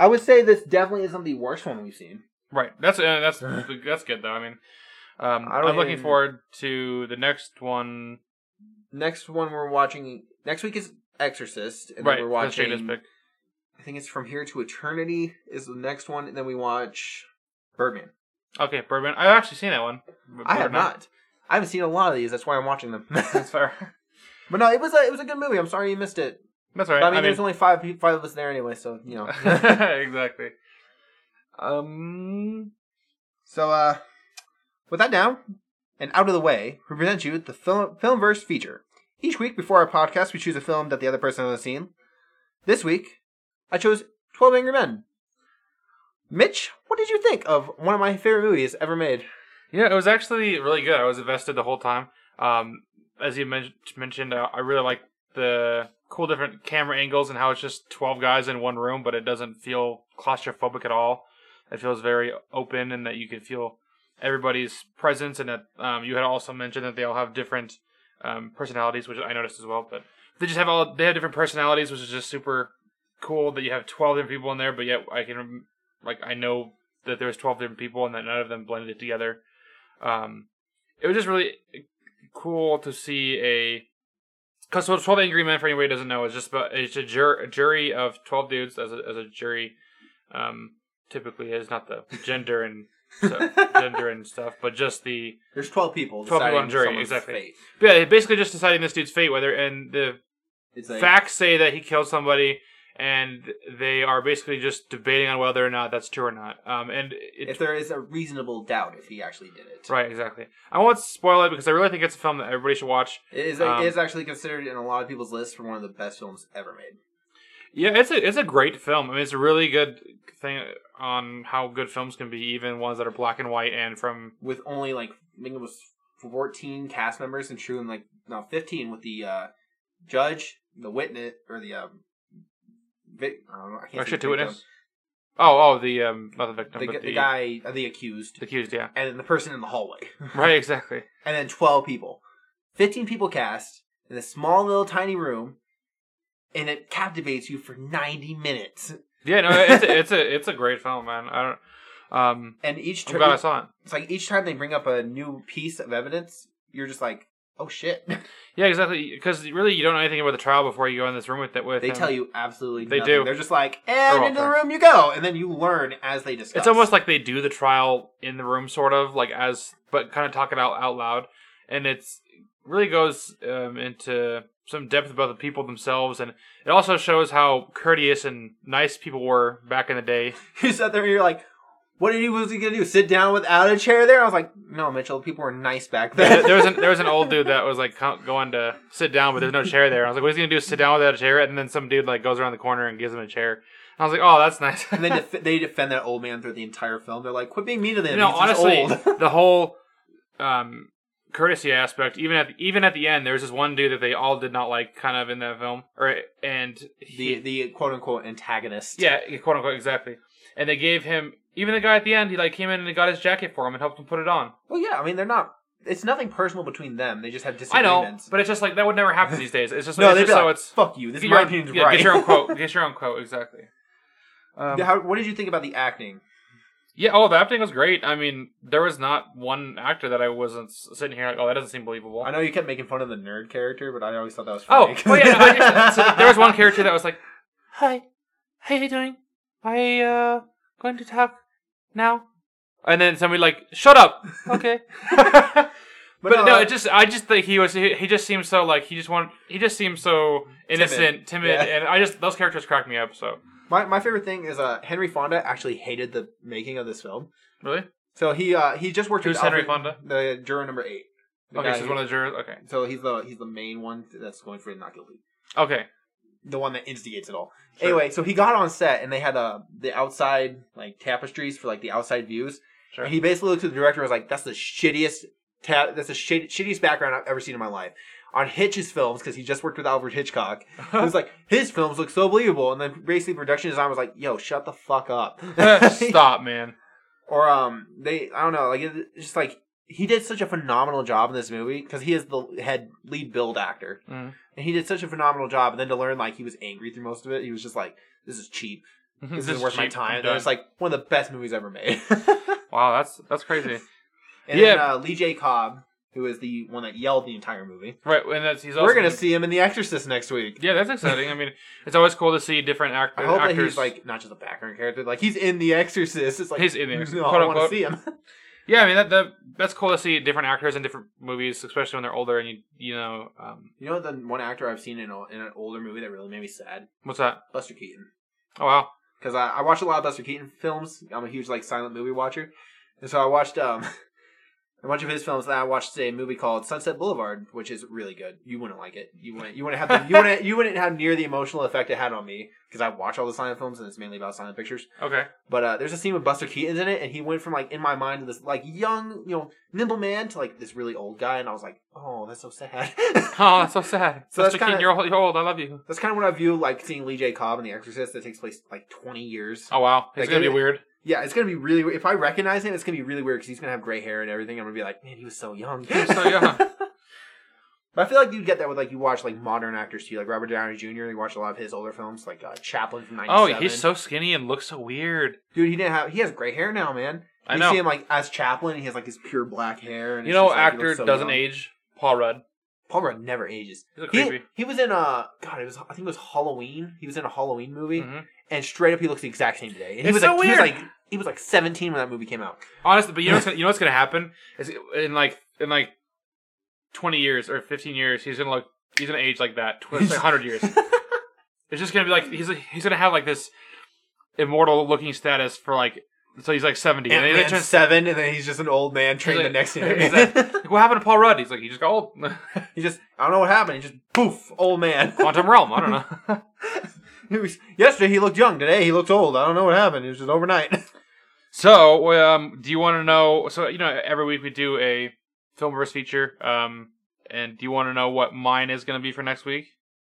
A: I would say this definitely isn't the worst one we've seen.
B: right. That's
A: [laughs]
B: uh, that's that's good though. I mean, um,
A: I don't
B: I'm looking
A: even-
B: forward to the next one.
A: Next one we're watching next week is Exorcist, and
B: right.
A: then we're
B: that's Jada's
A: watching.
B: pick.
A: I think it's From Here to Eternity is the next one, and then we watch Birdman.
B: Okay, Birdman. I've actually seen that one.
A: I have
B: Birdman.
A: not. I haven't seen a lot of these. That's why I'm watching them.
B: [laughs]
A: [laughs]
B: That's fair. [laughs]
A: but no, it was a it was a good movie. I'm sorry you missed it.
B: That's all
A: But
B: right.
A: I mean, there's only five pe- five of us there anyway, so you know.
B: [laughs] exactly. Um.
A: So, uh, with that down and out of the way, we present you with the film filmverse feature. Each week before our podcast, we choose a film that the other person has seen. This week, I chose Twelve Angry Men. Mitch, what did you think of one of my favorite movies ever made?
B: Yeah, it was actually really good. I was invested the whole time. Um, as you men- mentioned, uh, I really like the cool different camera angles and how it's just 12 guys in one room, but it doesn't feel claustrophobic at all. It feels very open and that you can feel everybody's presence. And that um, you had also mentioned that they all have different um, personalities, which I noticed as well. But they just have all they have different personalities, which is just super cool that you have 12 different people in there. But yet I can rem- like I know that there was 12 different people and that none of them blended it together um, it was just really cool to see a because so Twelve Angry Men for anybody who doesn't know is just about it's a, jur- a jury of twelve dudes as a, as a jury um, typically is not the gender and
A: [laughs]
B: so, gender and stuff but just the
A: There's twelve people.
B: 12 people
A: deciding
B: on jury,
A: someone's
B: exactly.
A: fate.
B: yeah they're basically just deciding this dude's fate whether and the
A: It's like,
B: facts say that he killed somebody and they are basically just debating on whether or not that's true or not um, and it,
A: if there is a reasonable doubt if he actually did it.
B: right exactly I won't spoil it because I really think it's a film that everybody should watch
A: It is,
B: Um,
A: it is actually considered in a lot of people's lists for one of the best films ever made.
B: Yeah, it's a it's a great film. I mean, it's a really good thing on how good films can be, even ones that are black and white and from.
A: with only like I think it was fourteen cast members and true and like no fifteen with the uh judge, the witness or the um vic, I don't know, I can't
B: Or
A: say
B: should
A: the
B: two
A: victim.
B: witness? Oh, oh, the um, not the victim,
A: the,
B: but
A: gu-
B: the,
A: the guy uh, the accused
B: the accused. Yeah,
A: and then the person in the hallway [laughs]
B: right, exactly.
A: and then twelve people. Fifteen people cast in a small little tiny room and it captivates you for ninety minutes.
B: Yeah, no, it's a, it's a it's a great film, man. I don't. Um,
A: And each
B: I'm glad I
A: turn
B: saw it.
A: it's like each time they bring up a new piece of evidence, you're just like, Oh shit. [laughs]
B: Yeah, exactly. Because really, you don't know anything about the trial before you go in this room with it. With
A: They
B: him.
A: tell you absolutely
B: They
A: nothing.
B: do.
A: They're just like, "Eh,
B: They're
A: and
B: all
A: into the
B: fair.
A: room you go, and then you learn as they discuss.
B: It's almost like they do the trial in the room, sort of like as, but kind of talk it out out loud, and it's really goes um, into some depth about the people themselves, and it also shows how courteous and nice people were back in the day.
A: [laughs] You sat there and you're like, what are you, was he gonna do? Sit down without a chair there? I was like, no, Mitchell, people were nice back
B: there,
A: then.
B: there was an, there was
A: [laughs]
B: an old dude that was like co- going to sit down, but there's no chair there. I was like, "What's he gonna do? Sit down without a chair?" And then some dude like goes around the corner and gives him a chair. I was like, "Oh, that's nice."
A: and then
B: [laughs]
A: def- they defend that old man through the entire film. They're like, quit being mean to them.
B: you know,
A: He's just
B: honestly, [laughs]
A: old.
B: the whole um, courtesy aspect, even at even at the end, there was this one dude that they all did not like, kind of in that film, or and
A: the the quote unquote antagonist.
B: yeah, quote unquote, exactly. And they gave him even the guy at the end. He like came in and got his jacket for him and helped him put it on.
A: Well, yeah. I mean, they're not. It's nothing personal between them. They just have
B: I know,
A: disagreements.
B: but it's just like that would never happen these days. It's just,
A: no,
B: it's
A: they'd be
B: just so
A: like,
B: it's
A: "Fuck you. This
B: get
A: is
B: your
A: my
B: own-
A: opinion's
B: yeah,
A: right."
B: Get your own [laughs] quote. Get your own quote. Exactly. Um,
A: [laughs] How, what did you think about the acting?
B: yeah. Oh, the acting was great. I mean, there was not one actor that I wasn't s- sitting here like, oh, that doesn't seem believable.
A: I know you kept making fun of the nerd character, but I always thought that was
B: Oh,
A: funny.
B: oh yeah. no, I
A: [laughs]
B: just- so there was one character that was like, "Hi, how you doing? I uh going to talk now." And then somebody like, "Shut up." [laughs] Okay. but, no,
A: no, uh,
B: it just I just think he was he, he just seemed so like he just wanted he just seemed so innocent, timid,
A: Yeah.
B: and I just those characters cracked me up. So
A: my my favorite thing is uh, Henry Fonda actually hated the making of this film,
B: really,
A: so he uh, he just worked
B: who's
A: with
B: Henry
A: Alfred-
B: Fonda?
A: the juror number eight. The
B: Okay,
A: guy
B: so he's
A: who-
B: one of the jurors. Okay,
A: so he's the he's the main one that's going for not guilty.
B: okay,
A: the one that instigates it all.
B: Sure.
A: Anyway, so he got on set and they had uh, the outside like tapestries for like the outside views.
B: sure.
A: And [laughs] he basically looked at the director and was like, "That's the shittiest ta- that's the shit- shittiest background I've ever seen in my life." On Hitch's films, because he just worked with Alfred Hitchcock, he was like, "His films look so believable." And then basically, production design was like, "Yo, shut the fuck
B: [laughs]
A: up." [laughs]
B: Stop, man.
A: or um they I don't know like it, it's just like he did such a phenomenal job in this movie because he is the head lead build actor
B: Mhm.
A: and he did such a phenomenal job and then to learn like he was angry through most of it he was just like this is cheap
B: [laughs]
A: this, isn't worth my
B: cheap.
A: time
B: I'm
A: and then it's
B: done.
A: like one of the best movies ever made [laughs]
B: wow, that's that's crazy.
A: and then
B: Yeah.
A: uh, Lee J Cobb who is the one that yelled the entire movie
B: Right, and that's he's also
A: we're gonna see him in The Exorcist next week
B: Yeah, that's exciting. I mean, it's always cool to see different act-
A: I hope
B: actors.
A: that he's like not just a background character like he's in The Exorcist it's like
B: He's in The Exorcist,
A: no, [laughs]
B: quote,
A: I want to
B: unquote.
A: see him
B: yeah, I mean that, that that's cool to see different actors in different movies, especially when they're older and you you know um,
A: you know the one actor I've seen in, a, in an older movie that really made me sad
B: what's that?
A: Buster Keaton
B: Oh wow,
A: because I, I watch a lot of Buster Keaton films. I'm a huge like silent movie watcher, and so I watched um [laughs] a bunch of his films. And I watched a movie called Sunset Boulevard, which is really good. You wouldn't like it. You wouldn't. You wouldn't have. The, you wouldn't. You wouldn't have near the emotional effect it had on me because I watch all the silent films and it's mainly about silent pictures.
B: okay, [laughs]
A: But uh, there's a scene with Buster Keaton's in it, and he went from like in my mind to this like young, you know, nimble man to like this really old guy, and I was like, oh, that's so sad.
B: oh that's so sad.
A: So
B: So
A: that's
B: Mr.
A: kinda-
B: Keaton, you're old, you're old. I love you.
A: [laughs] that's kind of what I view like seeing Lee J. Cobb in The Exorcist that takes place like 20 years
B: Oh wow,
A: Like,
B: it's gonna be
A: it-
B: weird.
A: Yeah, it's gonna be really. weird. If I recognize him, it's gonna be really weird because he's gonna have gray hair and everything. I'm gonna be like, man, he was so young.
B: He was so
A: [laughs]
B: young. [laughs]
A: but I feel like you'd get that with like you watch like modern actors too, like Robert Downey Jr. You watch a lot of his older films, like uh, Chaplin from
B: Oh,
A: '97.
B: he's so skinny and looks so weird.
A: dude. He didn't have. He has gray hair now, man.
B: I
A: you
B: know.
A: see him like as Chaplin. and He has like his pure black hair. And
B: You
A: it's
B: know,
A: just, like, he
B: actor
A: looks so
B: doesn't
A: young.
B: age. Paul Rudd.
A: Paul Rudd never ages.
B: He's a
A: He,
B: creepy.
A: he was in a God. It was I think it was Halloween. He was in a Halloween movie,
B: Mhm.
A: and straight up he looks the exact same today. And he
B: It's
A: was
B: so
A: like, He was
B: weird.
A: like he was like 17 when that movie came out.
B: Honestly, but you know what's gonna, you know what's gonna happen is in like in like twenty years or fifteen years, he's gonna look he's gonna age like that. Tw- like hundred years. It's just gonna be like he's he's gonna have like this immortal looking status for like so he's like seventy. And they- they
A: Ant-Man
B: just-
A: seven, and then he's just an old man trained
B: like-
A: the next year.
B: [laughs] he's like, what happened to Paul Rudd? He's like he just got old. [laughs]
A: he just I don't know what happened. He just poof, old man. [laughs]
B: Quantum realm. I don't know. [laughs]
A: He was- yesterday he looked young. Today he looked old. I don't know what happened. It was just overnight. [laughs]
B: So um, do you want to know? So you know every week we do a filmverse feature. Um, and do you want to know what mine is gonna be for next week?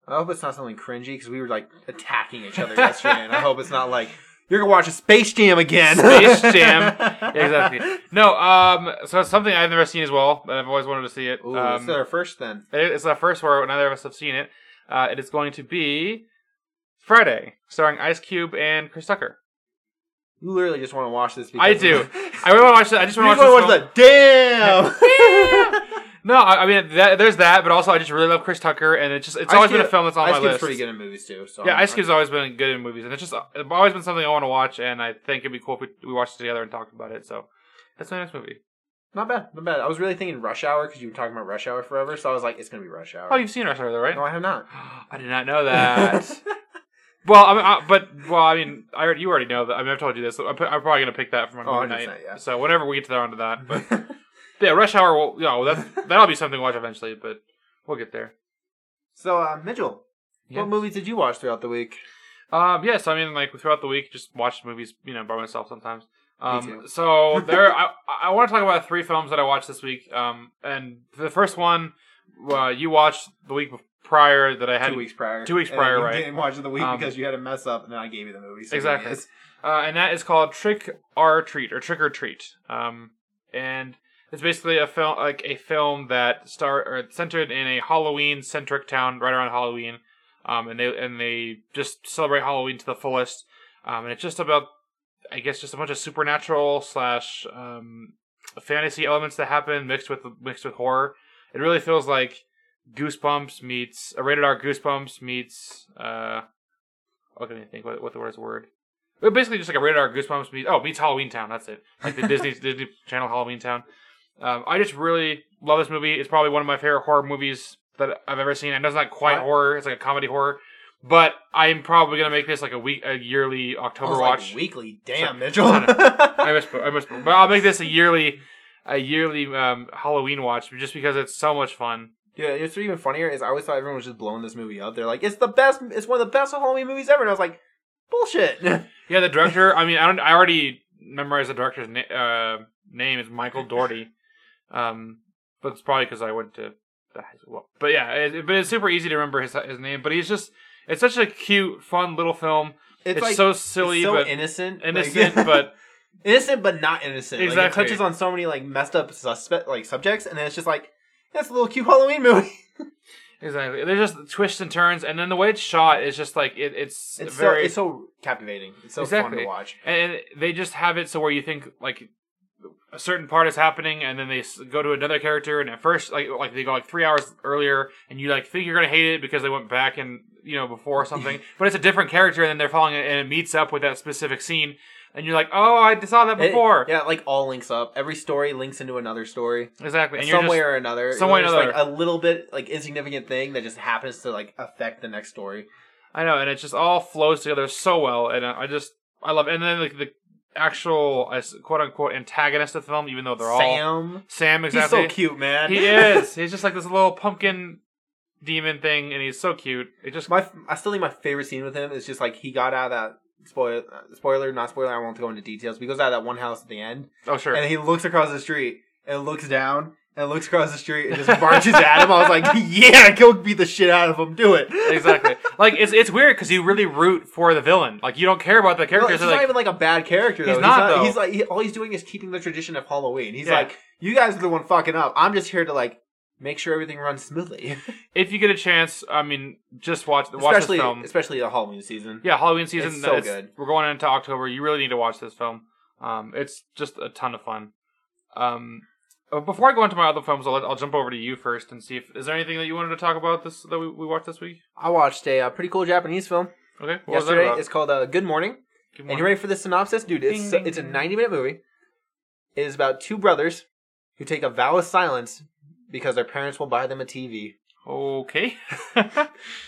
A: I hope it's not something cringy because we were like attacking each other yesterday, and I hope it's not like you're gonna watch a Space Jam again. [laughs]
B: Space Jam. exactly. No, um, so it's something I've never seen as well, but I've always wanted to see it.
A: Ooh,
B: um,
A: this is our first then.
B: it- it's the first where neither of us have seen it. Uh, it is going to be Friday, starring Ice Cube and Chris Tucker.
A: You literally just want to watch this. Because
B: I do. [laughs] I really want to watch that. I just
A: you
B: want
A: just
B: to watch,
A: want
B: this
A: to
B: film.
A: watch the
B: [laughs]
A: damn.
B: No, I, I mean that, there's that, but also I just really love Chris Tucker, and it's just it's
A: Ice
B: always been
A: Cube-
B: a film that's on
A: Ice
B: my
A: Cube's
B: list.
A: pretty good in movies too. So
B: Yeah,
A: I'm-
B: Ice Cube's always been good in movies, and it's just it's always been something I want to watch, and I think it'd be cool if we, we watched it together and talked about it. So that's my next movie.
A: Not bad, not bad. I was really thinking Rush Hour because you were talking about Rush Hour forever, so I was like, it's gonna be Rush Hour.
B: Oh, you've seen Rush Hour, though, right?
A: no, I have
B: [laughs]
A: not.
B: [gasps] I did not know that. well, I mean, I, but well, I mean, I already, you already know that. I mean, I've told you this. So I'm, p- I'm probably gonna pick that for my
A: Oh,
B: movie night.
A: 100%, yeah.
B: So whenever we get to that onto that, but yeah, Rush Hour. Will, yeah,
A: [laughs]
B: well, that's that'll be something to watch eventually, but we'll get there.
A: [laughs] so, uh, Mitchell,
B: Yeah.
A: what movies did you watch throughout the week?
B: Um, yeah, so I mean, like throughout the week, just watch movies, you know, by myself sometimes. Um,
A: too.
B: so there, I, I want to talk about three films that I watched this week. Um, and the first one, uh, you watched the week prior that I had
A: two weeks prior.
B: two weeks
A: And
B: prior,
A: you
B: right.
A: Didn't watch it the week
B: Um,
A: because you had a mess up, and then I gave you the movie. So
B: Exactly.
A: yes.
B: uh, and that is called Trick or Treat or Trick or Treat. Um, and it's basically a film like a film that star or centered in a Halloween centric town right around Halloween. Um, and they and they just celebrate Halloween to the fullest. Um, and it's just about I guess just a bunch of supernatural slash um, fantasy elements that happen mixed with mixed with horror. It really feels like Goosebumps meets a rated R Goosebumps meets uh, I can't even think what what the word is word. But basically, just like a rated R Goosebumps meets oh meets Halloween Town. That's it. Like the Disney Disney Channel Halloween Town. Um, I just really love this movie. It's probably one of my favorite horror movies that I've ever seen. I know it's not quite
A: What?
B: horror; it's like a comedy horror. But I'm probably gonna make this like a week, a yearly
A: I
B: October
A: was
B: watch.
A: Oh, like, weekly. Damn, Mitchell.
B: I I
A: [laughs]
B: misspoke. I misspoke. But I'll make this a yearly, a yearly um, Halloween watch just because it's so much fun.
A: Yeah, it's even funnier is I always thought everyone was just blowing this movie up. They're like, it's the best, it's one of the best Halloween movies ever. And I was like, bullshit. [laughs]
B: Yeah, the director. I mean, I don't. I already memorized the director's na- uh, name is Michael
A: [laughs]
B: Doherty. Um, but it's probably because I went to the high school. But yeah, it, it- but it's super easy to remember his his name. But he's just. It's such a cute, fun little film. It's,
A: like,
B: so
A: it's
B: silly,
A: so
B: but
A: innocent.
B: innocent,
A: like-
B: but
A: innocent, but not innocent. Like, it
B: Exactly.
A: touches on so many like messed up suspect like subjects, and then it's just like, that's a little cute Halloween movie.
B: exactly. There's just twists and turns, and then the way it's shot is just like it, it's,
A: It's
B: very
A: so it's so captivating. It's so fun to
B: Exactly.
A: watch.
B: and they just have it so where you think like a certain part is happening and then they s- go to another character and at first like like they go like three hours earlier and you like think you're gonna hate it because they went back and you know before or something
A: [laughs]
B: but it's a different character and then they're following it and it meets up with that specific scene and you're like oh i saw that
A: It-
B: before
A: yeah, it, like all links up. Every story links into another story.
B: exactly and
A: some
B: you're
A: way
B: just
A: or another,
B: some way or
A: There's, like,
B: another.
A: a little bit like insignificant thing that just happens to like affect the next story.
B: i know and it just all flows together so well and i I just i love and then like the actual I s- quote unquote antagonist of the film even though they're all
A: Sam,
B: sam exactly
A: he's so cute, man. [laughs]
B: He is. He's just like this little pumpkin demon thing, and he's so cute. It just
A: my I still think my favorite scene with him is just like he got out of that spoiler spoiler not spoiler I won't go into details but he goes out of that one house at the end
B: oh sure.
A: and he looks across the street and looks down and looks across the street and just barges at him I was like
B: [laughs]
A: yeah go beat the shit out of him do it [laughs]
B: exactly. Like it's it's weird because you really root for the villain. Like you don't care about the
A: Well, he's
B: characters. They're
A: not
B: like
A: even like a bad character though
B: He's not, though.
A: he's like he, all he's doing is keeping the tradition of Halloween he's
B: Yeah.
A: like you guys are the one fucking up I'm just here to like make sure everything runs smoothly
B: if you get a chance, I mean, just watch
A: [laughs]
B: watch
A: especially
B: this film.
A: especially the Halloween season
B: Yeah, Halloween season.
A: It's so
B: it's-
A: good.
B: We're going into October. You really need to watch this film. Um, it's just a ton of fun. Um, uh, before I go into my other films, I'll, let, I'll jump over to you first and see if is there anything that you wanted to talk about this that we, we watched this week.
A: I watched a uh, pretty cool Japanese film
B: Okay, what
A: yesterday
B: was
A: it's called uh, Good Morning
B: that
A: And you ready for this synopsis, dude? It's
B: Ding, ding,
A: it's a
B: ding.
A: 90 minute movie. It is about two brothers who take a vow of silence because their parents will buy them a TV.
B: Okay.
A: [laughs]
B: [laughs]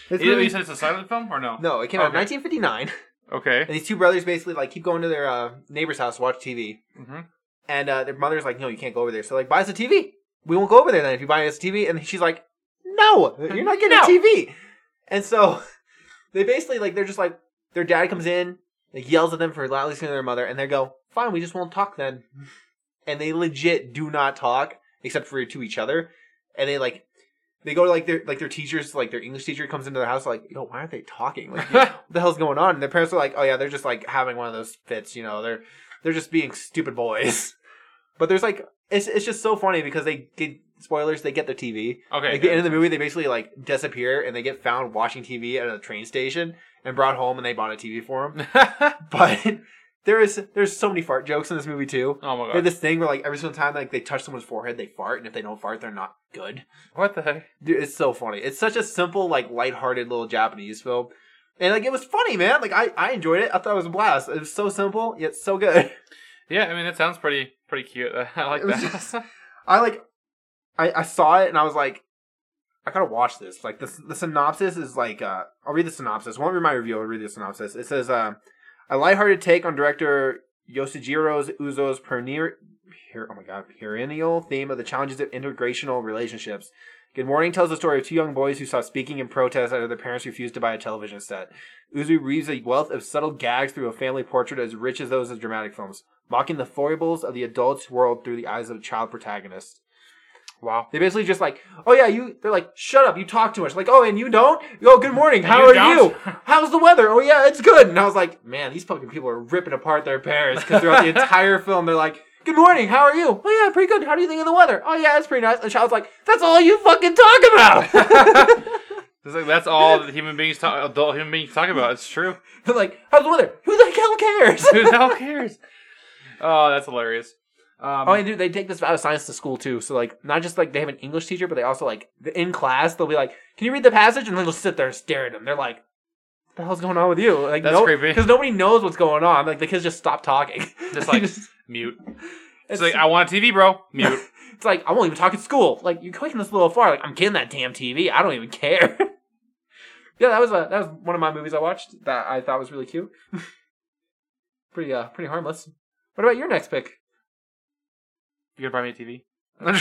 A: This
B: you,
A: movie-
B: you said it's a silent film or no?
A: No, it came out in
B: Okay.
A: 1959,
B: Okay.
A: and these two brothers basically like keep going to their uh, neighbor's house to watch TV,
B: hmm
A: and uh, their mother's like, "No, you can't go over there." So like, buy us a TV. We won't go over there then if you buy us a TV. And she's like, "No, you're not getting
B: No.
A: a TV." And so [laughs] they basically like they're just like their dad comes in, like yells at them for loudly screaming at their mother, and they go, "Fine, we just won't talk then." And they legit do not talk except for to each other, and they like. They go to like their like their teachers like their English teacher comes into their house like yo why aren't they talking like what the hell's going on? And their parents are like, oh yeah, they're just like having one of those fits, you know, they're they're just being stupid boys. But there's like it's it's just so funny because they get spoilers, they get their TV.
B: okay.
A: Like the end of the movie, they basically like disappear and they get found watching TV at a train station and brought home and they bought a TV for them. [laughs] But there is there's so many fart jokes in this movie too.
B: [laughs] oh my
A: They have
B: god.
A: this thing where like every single time like they touch someone's forehead, they fart, and if they don't fart, they're not good.
B: What the heck?
A: Dude, it's so funny. It's such a simple, like, lighthearted little Japanese film. And, like, it was funny, man. Like, I, I enjoyed it. I thought it was a blast. It was so simple, yet so good. [laughs]
B: Yeah, I mean that sounds pretty pretty cute. [laughs] I like
E: It was
B: that.
E: just- I like, I, I saw it and I was like, I gotta watch this. Like the the synopsis is like, uh, I'll read the synopsis. Won't read my review. I'll read the synopsis. It says, uh, a lighthearted take on director Yosujiro Uzo's perennial, per, oh my god, perennial theme of the challenges of integrational relationships. Good Morning tells the story of two young boys who saw speaking in protest after their parents refused to buy a television set. Uzu weaves a wealth of subtle gags through a family portrait as rich as those of dramatic films, mocking the foibles of the adult's world through the eyes of a child protagonist.
B: [laughs] wow.
E: They basically just like, oh yeah, you. They're like, shut up, you talk too much. Like, oh, and you don't. Oh, good morning. How
B: you [laughs]
E: are
B: don't?"
E: you? How's the weather? Oh yeah, it's good. And I was like, man, these fucking people are ripping apart their parents because
B: [laughs]
E: throughout the entire film, they're like. Good morning. How are you? Oh yeah, pretty good. How do you think of the weather? Oh yeah, it's pretty nice. And the child's like, "That's all you fucking talk about." [laughs]
B: It's like that's all that human beings talk adult human beings talk about. It's true.
E: They're like, how's the weather? Who the hell
B: [laughs]
E: cares?
B: Who the
E: [laughs]
B: hell cares? Oh, that's hilarious. Um,
E: oh, and dude, they take this out of science to school too. So like, not just like they have an English teacher, but they also like th- in class they'll be like, "Can you read the passage?" And they'll just sit there and stare at them. They're like, "What the hell's going on with you?" Like,
B: That's creepy.
E: because nobody knows what's going on. Like the kids just
B: [laughs]
E: stop talking. [laughs]
B: Just
E: They
B: like-
E: just-
B: mute. It's,
E: it's,
B: like I want a TV, bro.
E: [laughs]
B: Mute.
E: it's like I won't even talk at school. Like you're clicking this little far. Like I'm getting that damn TV. I don't even care. [laughs] yeah, that was a that was one of my movies I watched that I thought was really cute. [laughs] pretty uh pretty harmless. What about your next pick?
B: [laughs] You gonna buy me a [laughs]
E: [laughs]
B: TV?
E: the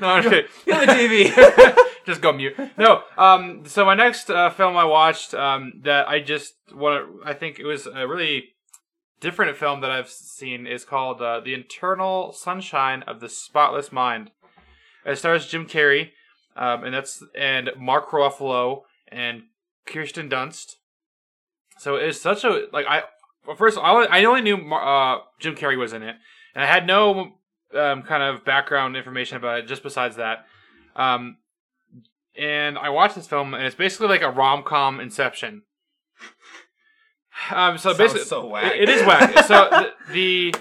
B: no, I'm just kidding.
E: [laughs] TV.
B: [laughs] just go mute. No. Um. So my next uh, film I watched um, that I just want to. I think it was a really different film that I've seen is called uh, "The Internal Sunshine of the Spotless Mind." It stars Jim Carrey, um, and that's and Mark Ruffalo and Kirsten Dunst. So it's such a like I well, first of all, I only- I only knew Mar- uh, Jim Carrey was in it, and I had no um, kind of background information about it just besides that. Um, and I watched this film, and it's basically like a rom com Inception. Um, so basically,
A: so
B: it- it is whack.
A: [laughs]
B: So the,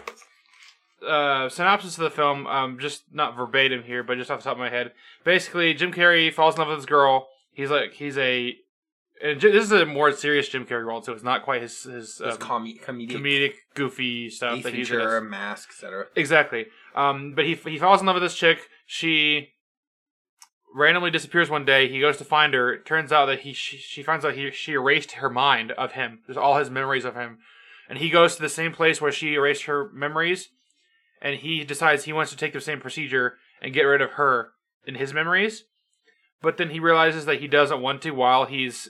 B: the uh, synopsis of the film, um, just not verbatim here, but just off the top of my head, basically Jim Carrey falls in love with this girl. He's like he's a, and J- this is a more serious Jim Carrey role, so it's not quite his his um,
A: com- comedic,
B: comedic goofy stuff that he's in.
A: feature, mask, etc.
B: Exactly. Um, but he he falls in love with this chick. She randomly disappears one day. He goes to find her. It turns out that he she, she finds out he she erased her mind of him. There's all his memories of him, and he goes to the same place where she erased her memories, and he decides he wants to take the same procedure and get rid of her in his memories. But then he realizes that he doesn't want to while he's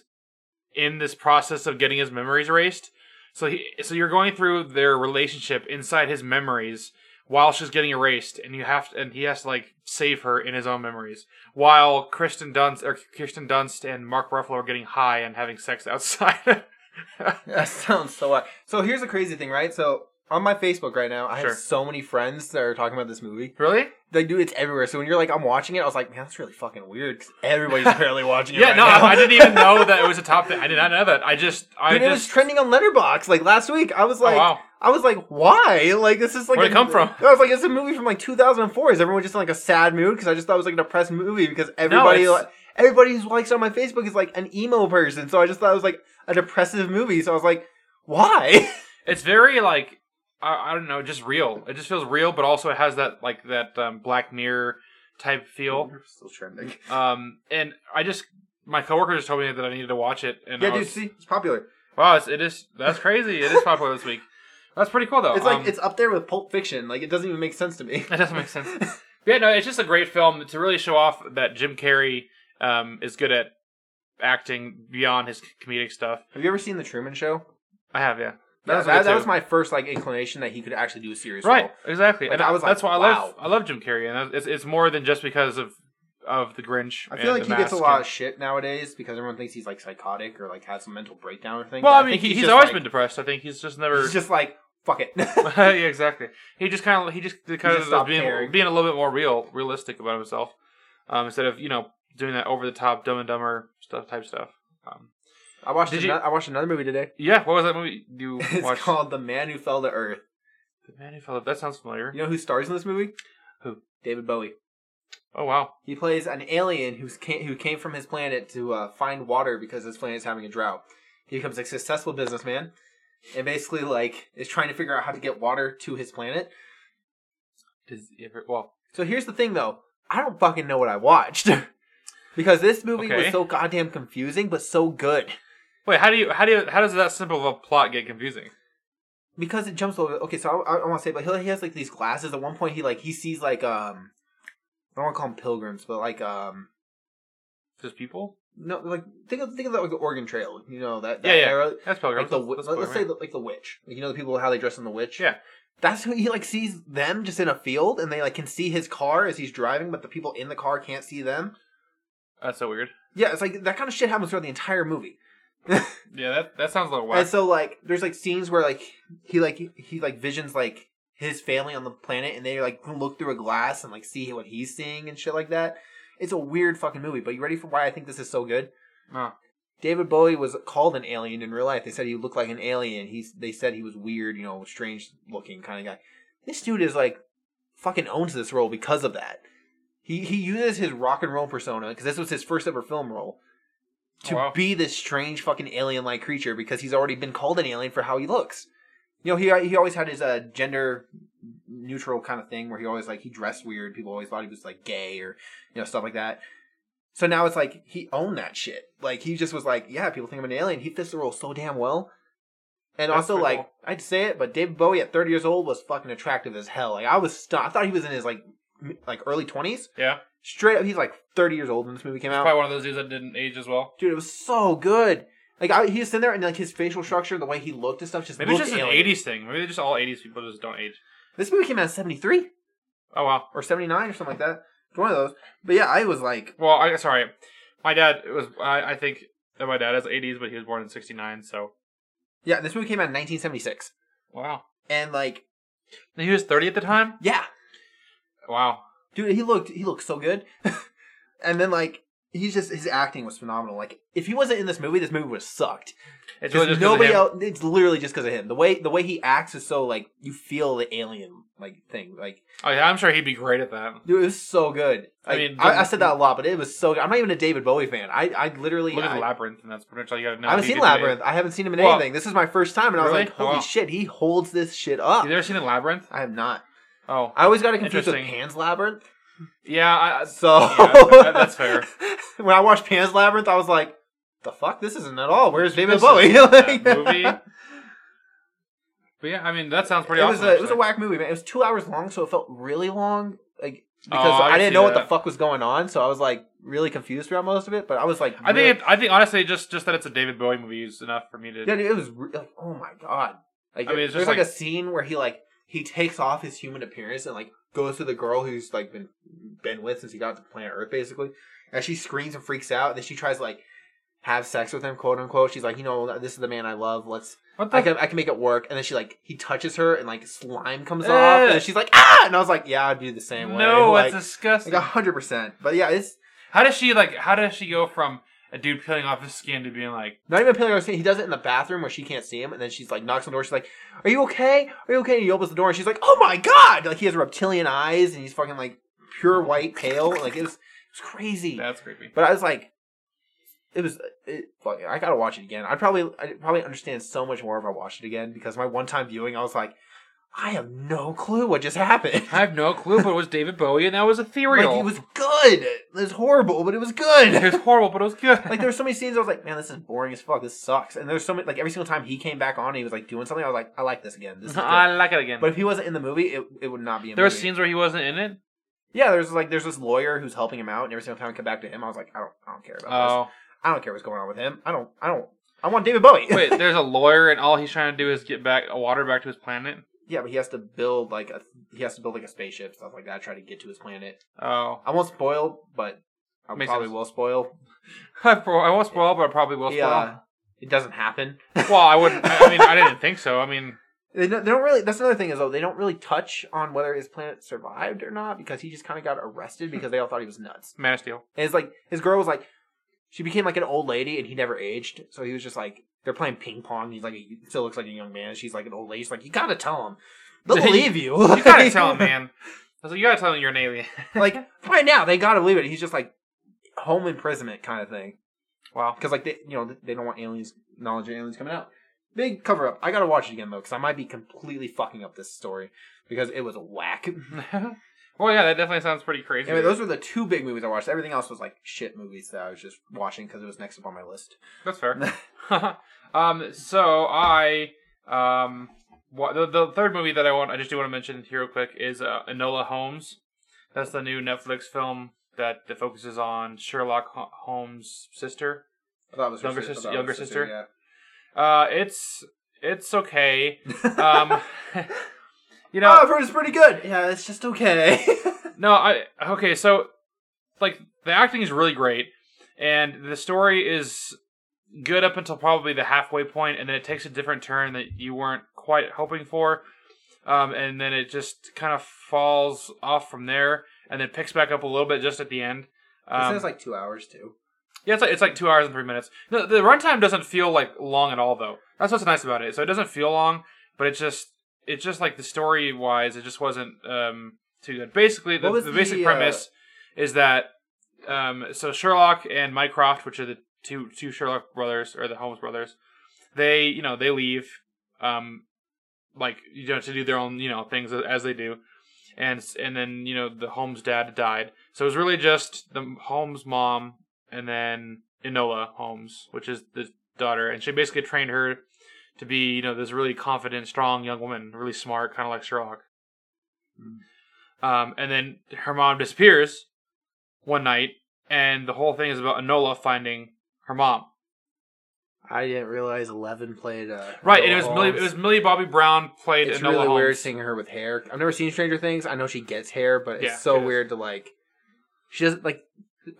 B: in this process of getting his memories erased. So he, so you're going through their relationship inside his memories while she's getting erased, and you have to, and he has to like save her in his own memories. While Kristen Dunst or Kirsten Dunst and Mark Ruffalo are getting high and having sex [laughs] outside.
A: [laughs] That sounds so whack. So here's the crazy thing, right? So on my Facebook right now, I
B: Sure.
A: have so many friends that are talking about this movie.
B: really?
A: Like, dude, it's everywhere. So when you're like, I'm watching it, I was like, man, that's really fucking weird. 'cause
B: [laughs]
A: everybody's apparently watching it.
B: Yeah.
A: right
B: no,
A: now.
B: I, I didn't even know that it was a top thing. I did not know that. I just,
A: [laughs]
B: I
A: Dude,
B: just.
A: it was trending on Letterbox like last week. I was
B: oh,
A: like,
B: wow.
A: I was like, why? Like this is like
B: Where'd it
A: a-
B: come from?
A: [laughs] I was like, it's a movie from like 2004. Is everyone just in like a sad mood? Because I just thought it was like an oppressed movie because everybody,
B: it's-
A: like, everybody who likes it on my Facebook is like an emo person. So I just thought it was like a depressive movie. So I was like, why? [laughs]
B: It's very like I, I don't know, just real. It just feels real, but also it has that like that um, Black Mirror type feel.
A: Still trending.
B: Um, and I just my coworker just told me that I needed to watch it, and
A: Yeah,
B: I
A: dude,
B: was-
A: see, it's popular.
B: wow, it's, it is that's crazy. It is popular this week. That's pretty cool though.
A: It's like
B: Um,
A: it's up there with Pulp Fiction. Like it doesn't even make sense to
B: [laughs]
A: me.
B: That doesn't make sense. yeah, no, it's just a great film to really show off that Jim Carrey um, is good at acting beyond his comedic stuff.
A: Have you ever seen The Truman Show?
B: I have, yeah.
A: That,
B: was
A: that,
B: good,
A: that
B: too.
A: was my first like inclination that he could actually do a serious
B: right,
A: role.
B: exactly.
A: Like,
B: and
A: I
B: I
A: was
B: was
A: like,
B: that's why I
A: wow.
B: love I love Jim Carrey, and it's, it's more than just because of of the Grinch.
A: I feel
B: and
A: like
B: The
A: he gets a
B: Mask
A: lot
B: and-
A: of shit nowadays because everyone thinks he's like psychotic or like had some mental breakdown or thing.
B: well,
A: but
B: I mean,
A: think
B: he, he's,
A: just,
B: always
A: like-
B: been depressed. I think
A: [laughs]
B: he's just never.
A: He's just like fuck it.
B: [laughs]
A: [laughs]
B: yeah, exactly. He just kind of he just kind
A: just
B: of
A: stopped
B: being,
A: caring.
B: being a little bit more real, realistic about himself, um, instead of you know doing that over the top, dumb and dumber stuff type stuff. Um,
A: I watched
B: Did
A: another,
B: you-
A: I watched another movie today. [laughs]
B: yeah, what was that movie you
A: It's
B: watched?
A: called The Man Who Fell to Earth.
B: The Man Who Fell. That sounds familiar.
A: You know who stars in this movie?
B: Who?
A: David Bowie.
B: Oh wow,
A: He plays an alien who's came, who came from his planet to uh, find water because his planet's having a drought. He becomes a successful businessman. and basically like is trying to figure out how to get water to his planet.
B: Does it ever- well,
A: So here's the thing though, I don't fucking know what I watched. [laughs] because this movie was
B: Okay.
A: so goddamn confusing but so good.
B: wait, how do you how do you how does that simple of a plot get confusing?
A: because it jumps over. Okay, so I, I want to say, but he, he has like these glasses. At one point, he like he sees like um, I don't want to call them pilgrims, but like um,
B: Just people?
A: no, like think of think of that like the Oregon Trail, you know that, that
B: Yeah, yeah.
A: era,
B: That's
A: like
B: pilgrims.
A: the
B: That's-
A: let's,
B: that's
A: let's say
B: pilgrim.
A: the, like the witch, like, you know the people how they dress in the witch.
B: Yeah.
A: that's who he like sees them just in a field, and they like can see his car as he's driving, but the people in the car can't see them.
B: That's so weird.
A: Yeah, it's like that kind of shit happens throughout the entire movie.
B: Yeah, that that sounds like whack.
A: And so like there's like scenes where like he like he like visions like his family on the planet and they like can look through a glass and like see what he's seeing and shit like that. It's a weird fucking movie, but you ready for why I think this is so good?
B: Huh.
A: David Bowie was called an alien in real life. They said he looked like an alien. He's they said he was weird, you know, strange looking kind of guy. This dude is like fucking owns this role because of that. He he uses his rock and roll persona because this was his first ever film role to
B: Oh, wow.
A: be this strange fucking alien like creature because he's already been called an alien for how he looks. You know, he he always had his uh, gender neutral kind of thing where he always like he dressed weird. People always thought he was like gay or you know stuff like that. So now it's like he owned that shit. Like he just was like, yeah, people think I'm an alien. He fits the role so damn well. And
B: That's
A: also,
B: pretty
A: like
B: cool.
A: I would say it, but David Bowie at 30 years old was fucking attractive as hell. Like I was, st- I thought he was in his like m- like early 20s.
B: yeah.
A: Straight up, he's like 30 years old when this movie came out
B: Probably one of those dudes that didn't age as well.
A: dude. It was so good. Like I, he was in there, and like his facial structure, the way he looked and stuff, just
B: Maybe it's
A: looked
B: just an
A: alien.
B: eighties thing. Maybe just all eighties people just don't age.
A: This movie came out in seventy three
B: Oh wow.
A: or seventy nine or something like that. It's one of those. But yeah, I was like,
B: Well, I sorry. My dad was I, I think that my dad is eighties, but he was born in sixty nine, so
A: yeah, this movie came out in nineteen seventy six,
B: Wow.
A: and like,
B: He was thirty at the time?
A: yeah,
B: Wow.
A: dude, he looked he looked so good. [laughs] and then like, he's just his acting was phenomenal. Like, if he wasn't in this movie, this movie would have sucked.
B: It's really
A: Because
B: just 'cause of
A: nobody
B: him.
A: else. It's literally just because of him. The way the way he acts is so like you feel the alien like thing. Like,
B: Oh yeah, I'm sure he'd be great at that.
A: Dude, it was so good.
B: I
A: Like, I
B: mean,
A: I,
B: the-
A: said that a lot, but it was so good. I'm not even a David Bowie fan. I, I literally,
B: Look at
A: I,
B: the labyrinth, and that's pretty much all you gotta know.
A: I haven't
B: He
A: seen
B: could do it.
A: Labyrinth. I haven't seen him in
B: Well,
A: anything. This is my first time, and I was
B: really?
A: like, holy
B: Wow.
A: shit, he holds this shit up.
B: You ever seen the labyrinth?
A: I am not.
B: Oh,
A: I always got it confused with
B: Interesting.
A: Pan's Labyrinth.
B: yeah. I, I-
A: So [laughs]
B: Yeah, that's fair.
A: when I watched Pan's Labyrinth, I was like, the fuck, this isn't at all. Where's David
B: This
A: Bowie? [laughs]
B: isn't
A: Like-
B: that movie. but yeah, I mean that sounds pretty
A: it
B: awesome.
A: was a, it was a
B: actually.
A: whack movie, man. It was two hours long, so it felt really long. Like because
B: Oh, I
A: I,
B: can
A: didn't
B: see
A: know what
B: that.
A: the fuck was going on, so I was like really confused throughout most of it. But I was like,
B: I
A: really-
B: think it, I think honestly just just that it's a David Bowie movie is enough for me to.
A: Yeah, dude, it was re- like, oh my god. Like,
B: I mean, it's
A: there's
B: just
A: like,
B: like-
A: a scene where he like he takes off his human appearance and like goes to the girl who's like been been with since he got to planet Earth, basically. And she screams and freaks out, and then she tries to like have sex with him, quote unquote. She's like, you know, this is the man I love. Let's
B: What the?
A: I can I can make it work. And then she like he touches her, and like slime comes
B: Ugh.
A: off, and then she's like, ah! And I was like, yeah, I'd do the same way.
B: Eh. no,
A: like,
B: that's disgusting.
A: like hundred percent. But yeah, it's
B: How does she like? How does she go from a dude peeling off his skin to being like,
A: Not even peeling her skin. He does it in the bathroom where she can't see him, and then she's like knocks on the door. She's like, "Are you okay? Are you okay?" And he opens the door, and she's like, "Oh my god!" Like he has reptilian eyes, and he's fucking like pure white, pale. Like it was, it was crazy.
B: that's creepy?
A: But I was like, it was. It, fuck, I gotta watch it again. I probably, I probably understand so much more if I watched it again because my one time viewing, I was like, I have no clue what just happened.
B: I have no clue, but it was David Bowie, and that was ethereal.
A: Like it was good. It was horrible, but it was good.
B: it was horrible, but it was good.
A: like
B: [laughs]
A: there were so many scenes I was like, man, this is boring as fuck. This sucks. And there's so many like every single time he came back on, and he was like doing something. I was like, I like this again.
B: [laughs]
A: This is good.
B: I like it again.
A: But if he wasn't in the movie, it, it would not be. A
B: there were
A: movie.
B: scenes where he wasn't in it.
A: Yeah, there's like there's this lawyer who's helping him out, and every single time I come back to him, I was like, I don't, I don't care about this.
B: [laughs] Oh,
A: I don't care what's going on with him. I don't, I don't. I want David Bowie.
B: wait. There's a lawyer, and all he's trying to do is get back uh, water back to his planet.
A: [laughs] yeah, but he has to build like a he has to build like a spaceship stuff like that, try to get to his planet.
B: Oh, [laughs]
A: I won't spoil, but I
B: Makes
A: probably
B: sense.
A: will spoil.
B: I pro- I won't spoil, but I probably will spoil.
A: Yeah, it doesn't happen.
B: Well, I wouldn't. I I mean, I didn't think so. I mean,
A: They don't, they don't really. That's another thing is though they don't really touch on whether his planet survived or not because he just kind of got
B: Hmm.
A: arrested because they all thought he was nuts.
B: Man of Steel.
A: And it's like his girl was like, she became like an old lady and he never aged, so he was just like they're playing ping pong. He's like he still looks like a young man. She's like an old lady. She's like you gotta tell him.
B: [laughs]
A: They'll believe you.
B: You gotta
A: [laughs]
B: tell him, man. I was like, you gotta tell him you're an alien. [laughs]
A: like right now they gotta believe it. He's just like home imprisonment kind of thing
B: Wow.
A: because like they you know they don't want aliens knowledge of aliens coming out. Big cover up. I gotta watch it again though, because I might be completely fucking up this story because it was whack. [laughs]
B: well, yeah, that definitely sounds pretty crazy.
A: anyway, those were the two big movies I watched. Everything else was like shit movies that I was just watching because it was next up on my list.
B: That's fair.
A: [laughs]
B: [laughs] um, so I um, wa- the, the third movie that I want, I just do want to mention here real quick is uh, Enola Holmes. That's the new Netflix film that, that focuses on Sherlock Ho- Holmes' sister.
A: I thought it was her
B: Younger
A: I thought
B: sister-
A: it was
B: younger
A: her
B: sister? Uh, it's it's okay.
A: yeah.
B: [laughs] Um, you know,
A: [laughs] oh, I've heard it's pretty good. Yeah, it's just okay. [laughs]
B: No, I okay. So, like the acting is really great, and the story is good up until probably the halfway point, and then it takes a different turn that you weren't quite hoping for, um, and then it just kind of falls off from there, and then picks back up a little bit just at the end.
A: it
B: Um,
A: says like two hours too.
B: yeah, it's like, it's like two hours and three minutes. The, the runtime doesn't feel like long at all, though. That's what's nice about it. So it doesn't feel long, but it's just it's just like the story wise, it just wasn't um, too good. Basically, the,
A: What was
B: the basic
A: the, uh,
B: premise is that um, so Sherlock and Mycroft, which are the two two Sherlock brothers or the Holmes brothers, they you know they leave, um, like you know to do their own you know things as they do, and and then you know the Holmes dad died, so it was really just the Holmes mom and then Enola Holmes, which is the daughter, and she basically trained her to be, you know, this really confident, strong young woman, really smart, kind of like Sherlock.
A: Mm-hmm.
B: Um, and then her mom disappears one night, and the whole thing is about Enola finding her mom.
A: I didn't realize Eleven played. Uh,
B: Right, and it
A: Enola
B: was Millie, it
A: Holmes.
B: was Millie Bobby Brown played
A: It's
B: Enola
A: really
B: Holmes.
A: weird seeing her with hair. I've never seen Stranger Things. I know she gets hair, but it's
B: Yeah,
A: so
B: it is.
A: weird to like. She doesn't like.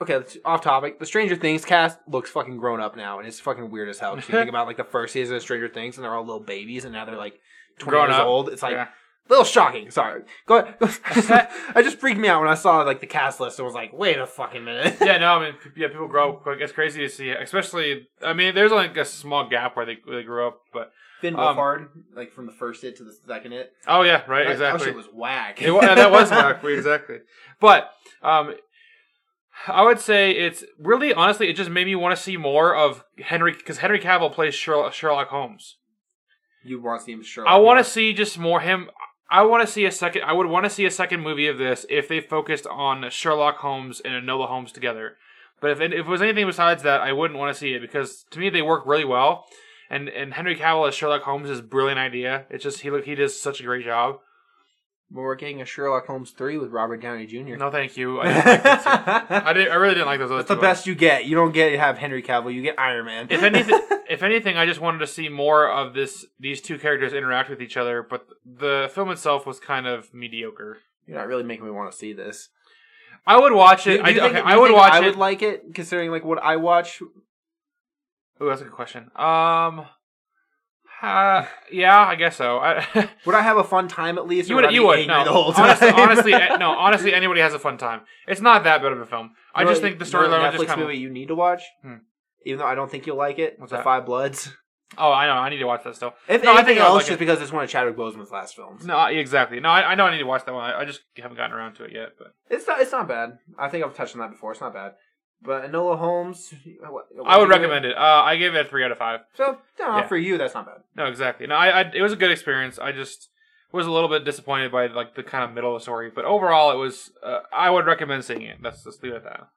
A: Okay, let's, off topic. The Stranger Things cast looks fucking grown up now, and it's fucking weird as hell.
B: [laughs]
A: 'Cause you think about like the first season of Stranger Things, and they're all little babies, and now they're like twenty
B: Grown
A: years
B: up.
A: old. It's like
B: Yeah.
A: a little shocking. Sorry, go ahead.
B: [laughs]
A: [laughs] I just freaked me out when I saw like the cast list. and was like, wait a fucking minute.
B: [laughs]
A: [laughs]
B: yeah, no, I mean, yeah, people grow up quick. It's crazy to see, especially. I mean, there's only like a small gap where they where they grew up, but
A: Finn
B: Um,
A: Wolfhard, like from the first hit to the second hit.
B: oh yeah, right,
A: That-
B: exactly.
A: That shit was whack.
B: It wa- that was Black Queen, exactly. But um, I would say it's really, honestly, it just made me want to see more of Henry because Henry Cavill plays Sherlock, Sherlock Holmes.
A: [laughs] You want to see him Sherlock?
B: I want to
A: Holmes.
B: see just more him. I want to see a second. I would want to see a second movie of this if they focused on Sherlock Holmes and Enola Holmes together. But if, it- if it was anything besides that, I wouldn't want to see it because to me they work really well. And and Henry Cavill as Sherlock Holmes is a brilliant idea. It's just he look he does such a great job.
A: But we're getting a Sherlock Holmes three with Robert Downey Jr. [laughs]
B: No, thank you. I didn't like that scene.
A: That's
B: I, did, I really didn't like those other
A: the
B: two.
A: best you get. You don't get to have Henry Cavill. You get Iron Man.
B: If anything, if anything, I just wanted to see more of this. These two characters interact with each other, but the film itself was kind of mediocre.
A: [laughs] You're not really making me want to see this.
B: I would watch it.
A: Do
B: I,
A: you think-
B: okay,
A: do
B: I
A: you
B: would
A: think
B: watch
A: I
B: it.
A: would like it considering like what I watch.
B: Ooh, that's a good question. Um, uh, yeah, I guess so. I, [laughs]
A: Would I have a fun time at least?
B: you
A: or
B: would,
A: I
B: you
A: be
B: would.
A: angry
B: No,
A: the whole time? [laughs]
B: honestly, honestly, eh, no, honestly, anybody has a fun time. It's not that bad of a film. I
A: You know
B: just
A: what-
B: think the
A: you know what
B: storyline was just
A: Netflix
B: kind of.
A: movie you need to watch.
B: Hmm.
A: Even though I don't think you'll like it,
B: What's
A: The
B: that?
A: Five Bloods. [laughs]
B: Oh, I know. I need to watch that still.
A: If
B: No, I
A: anything
B: think I would
A: else,
B: like
A: just
B: it.
A: because it's one of Chadwick Boseman's last films.
B: No, I- exactly. No, I, I know I need to watch that one. I, I just haven't gotten around to it yet. But
A: It's not. It's not bad. I think I've touched on that before. It's not bad. But Enola Holmes, what- what
B: I would
A: do you-
B: recommend it. Uh, I gave it a three out of five.
A: So no,
B: Yeah.
A: for you, that's not bad.
B: No, exactly. No, I, I it was a good experience. I just was a little bit disappointed by like the kind of middle of the story, but overall it was. Uh, I would recommend seeing it. Let's just leave it at that.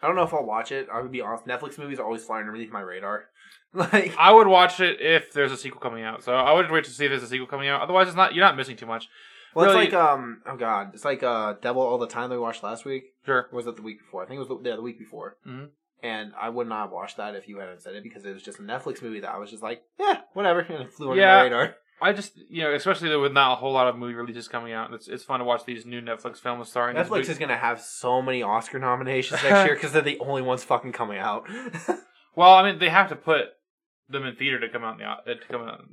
A: I don't know if I'll watch it. I'm gonna be honest. Netflix movies are always flying underneath my radar. [laughs] Like
B: I would watch it if there's a sequel coming out. So I would wait to see if there's a sequel coming out. Otherwise, it's not. You're not missing too much.
A: well,
B: really-
A: it's like um oh god, it's like uh Devil All the Time that we watched last week.
B: Sure.
A: Or was that the week before? I think it was the, yeah, the week before.
B: Mhm.
A: And I would not have watched that if you hadn't said it because it was just a Netflix movie that I was just like, yeah, whatever, [laughs] and it flew under
B: Yeah.
A: my radar.
B: I just you know, especially with not a whole lot of movie releases coming out, it's it's fun to watch these new Netflix films starring these
A: Netflix
B: big-
A: is gonna have so many Oscar nominations next
B: [laughs]
A: year because they're the only ones fucking coming out. [laughs]
B: well, I mean, they have to put them in theater to come out. In the, au- uh, to come out.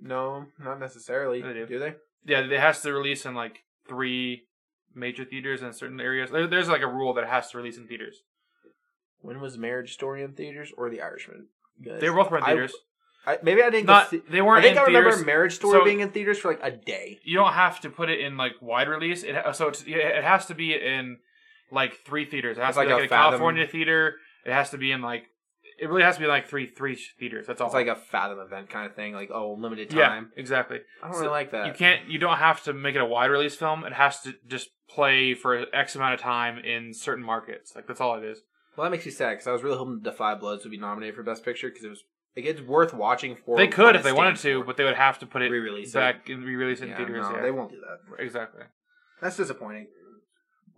A: no, not necessarily.
B: They do.
A: do they?
B: Yeah, it has to release in like three major theaters in certain areas. There, there's like a rule that it has to release in theaters.
A: When was Marriage Story in theaters or The Irishman? Because
B: They were both were in
A: I-
B: theaters.
A: I, maybe I didn't.
B: not
A: see-
B: they weren't
A: I think
B: in
A: I remember
B: theaters.
A: Marriage Story
B: So-
A: being in theaters for like a day.
B: you don't have to put it in like wide release. It so it's, it has to be in like three theaters. It
A: It's
B: has to be
A: like
B: like
A: a
B: in a
A: Fathom.
B: California theater. It has to be in like it really has to be like three three theaters. That's all.
A: It's like a Fathom event kind of thing, like oh, limited
B: Oh. yeah,
A: time.
B: exactly.
A: I don't really
B: So
A: like that.
B: You can't. You don't have to make it a wide release film. It has to just play for X amount of time in certain markets. Like that's all it is.
A: Well, that makes me sad because I was really hoping Defy Bloods would be nominated for Best Picture because it was like it's worth watching for.
B: they
A: what
B: could
A: it
B: if they wanted
A: stands
B: to,
A: for.
B: but they would have to put it
A: Re-release it.
B: back and re-release it in
A: Yeah,
B: theaters.
A: no,
B: yeah,
A: they won't do that.
B: exactly.
F: That's disappointing.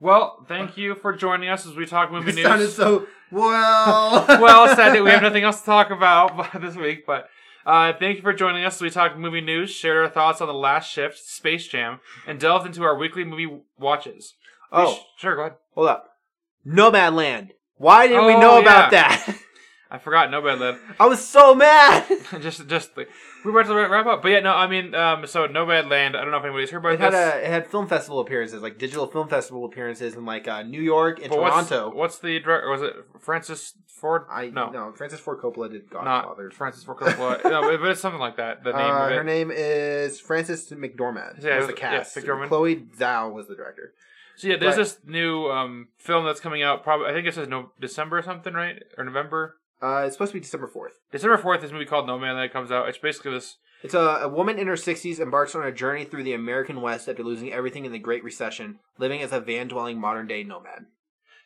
B: Well, thank you for joining us as we talk movie
F: It
B: news.
F: sounded so well.
B: [laughs] well,
A: [laughs]
B: sadly, we have nothing else to talk about [laughs] this week, but uh, thank you for joining us. We talked movie news, shared our thoughts on The Last Shift, Space Jam, and delved into our weekly movie watches. We
A: Oh,
B: sh- sure, go ahead.
A: hold up, Nomad Land. Why didn't we
B: Oh,
A: know
B: yeah.
A: about that? [laughs]
B: I forgot No Bad Land.
A: I was so mad.
B: [laughs] just, just the, we were about to wrap up, but yeah, no, I mean, um, so No Bad Land. I don't know if anybody's heard about
A: It had
B: this.
A: a, it had film festival appearances, like digital film festival appearances in like uh, New York and
B: but what's,
A: Toronto.
B: what's the director? Was it Francis Ford?
A: I
B: no,
A: no, Francis Ford Coppola did
B: not
A: Godfather.
B: Francis Ford Coppola. no, but but it's something like that. The name
A: Uh,
B: of it.
A: her name is Frances McDormand.
B: Yeah,
A: was the
B: yeah,
A: cast.
B: McDormand.
A: Chloe Zhao was the director.
B: So yeah, there's
A: But-
B: this new um, film that's coming out. Probably, I think it says no December or something, right? Or November.
A: Uh, it's supposed to be December fourth.
B: December fourth. This movie called No Man that comes out. It's basically this.
A: It's a, a woman in her 60s embarks on a journey through the American West after losing everything in the Great Recession, living as a van dwelling modern day nomad.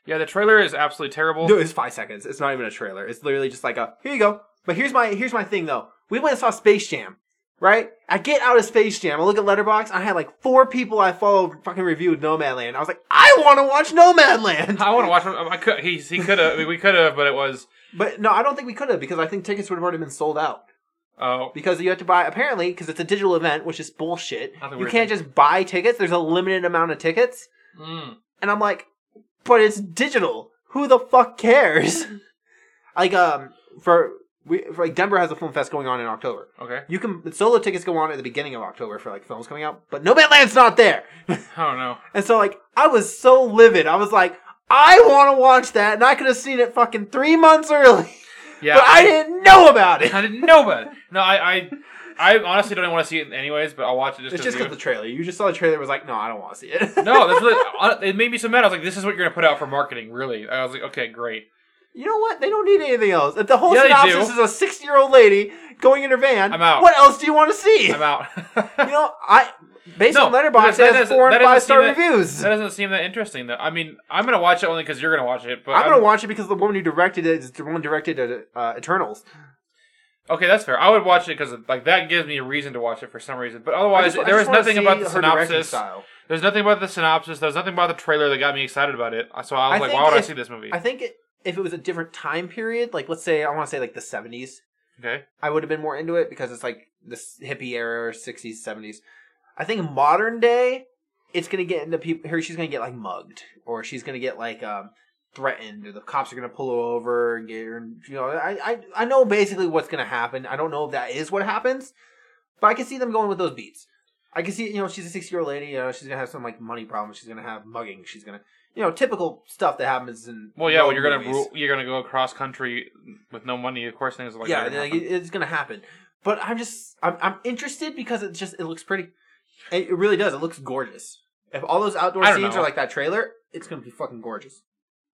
B: Yeah, the trailer is absolutely terrible.
A: No, it's five seconds. It's not even a trailer. It's literally just like a here you go. But here's my here's my thing though. We went and saw Space Jam, right? I get out of Space Jam. I look at Letterbox. I had like four people I follow fucking reviewed Nomadland. I was like, I want to watch Nomadland.
B: I want to watch him. I could. He he could have. we could have, but it was.
A: [laughs] But no, I don't think we could have because I think tickets would have already been sold out.
B: Oh,
A: because you have to buy apparently because it's a digital event, which is bullshit.
B: Nothing
A: You
B: weird.
A: can't just buy tickets. There's a limited amount of tickets,
B: mm.
A: and I'm like, but it's digital. Who the fuck
B: [laughs]
A: cares? like um for we for, like Denver has a film fest going on in October.
B: okay.
A: You can solo tickets go on at the beginning of October for like films coming out, but No Man Land's not there.
B: I don't know.
A: And so like I was so livid. I was like, I want to watch that, and I could have seen it fucking three months early, [laughs]
B: Yeah,
A: but I didn't know
B: [laughs]
A: about it.
B: I didn't know about it. No, I I, I honestly don't even want to see it anyways. But I'll watch it just.
A: It's
B: 'cause
A: just
B: you-
A: because the trailer. You just saw the trailer. and Was like, no, I don't want to see it. [laughs]
B: no, that's really, hon- it made me so mad. I was like, "This is what you're gonna put out for marketing, really." I was like, "Okay, great."
A: You know what? They don't need anything else. If the whole
B: Yeah, they
A: synopsis
B: do.
A: is a 60 year old lady going in her van,
B: I'm out.
A: what else do you want to see?
B: I'm out.
A: You [laughs] know, I based
B: No,
A: on Letterboxd,
B: because that
A: it has
B: doesn't-
A: four and
B: that doesn't
A: five star
B: seem that-
A: reviews.
B: That doesn't seem that interesting, though. I mean, I'm gonna watch it only because you're gonna watch it. But
A: I'm
B: I'm-
A: gonna watch it because the woman who directed it is the one who directed uh, Eternals.
B: okay, that's fair. I would watch it because like that gives me a reason to watch it for some reason. But
A: I
B: otherwise,
A: just- I
B: there
A: just
B: was
A: wanna
B: nothing
A: see
B: about the
A: her directing
B: synopsis.
A: Style.
B: There's nothing about the synopsis. There's nothing about the trailer that got me excited about it. So I was
A: I
B: like,
A: think
B: why would I
A: if-
B: see this movie?
A: I think it, if it was a different time period, like let's say I want to say like the 70s,
B: okay,
A: I would have been more into it because it's like this hippie era, or 60s, 70s. I think modern day, it's gonna get into people. Her, she's gonna get like mugged, or she's gonna get like um threatened, or the cops are gonna pull her over and get her. and, You know, I I I know basically what's gonna happen. I don't know if that is what happens, but I can see them going with those beats. I can see, you know, she's a 60 year old lady. You know, she's gonna have some like money problem. She's gonna have mugging. She's gonna, you know, typical stuff that happens in.
B: well, yeah,
A: road
B: well, you're gonna
A: movies
B: ru- you're gonna go across country with no money. Of course, things like
A: yeah,
B: that. are gonna
A: like,
B: happen.
A: it- it's gonna happen. But I'm just I'm, I'm interested because it just it looks pretty. It, it really does. It looks gorgeous. If all those outdoor
B: I don't
A: scenes
B: know.
A: are like that trailer, it's gonna be fucking gorgeous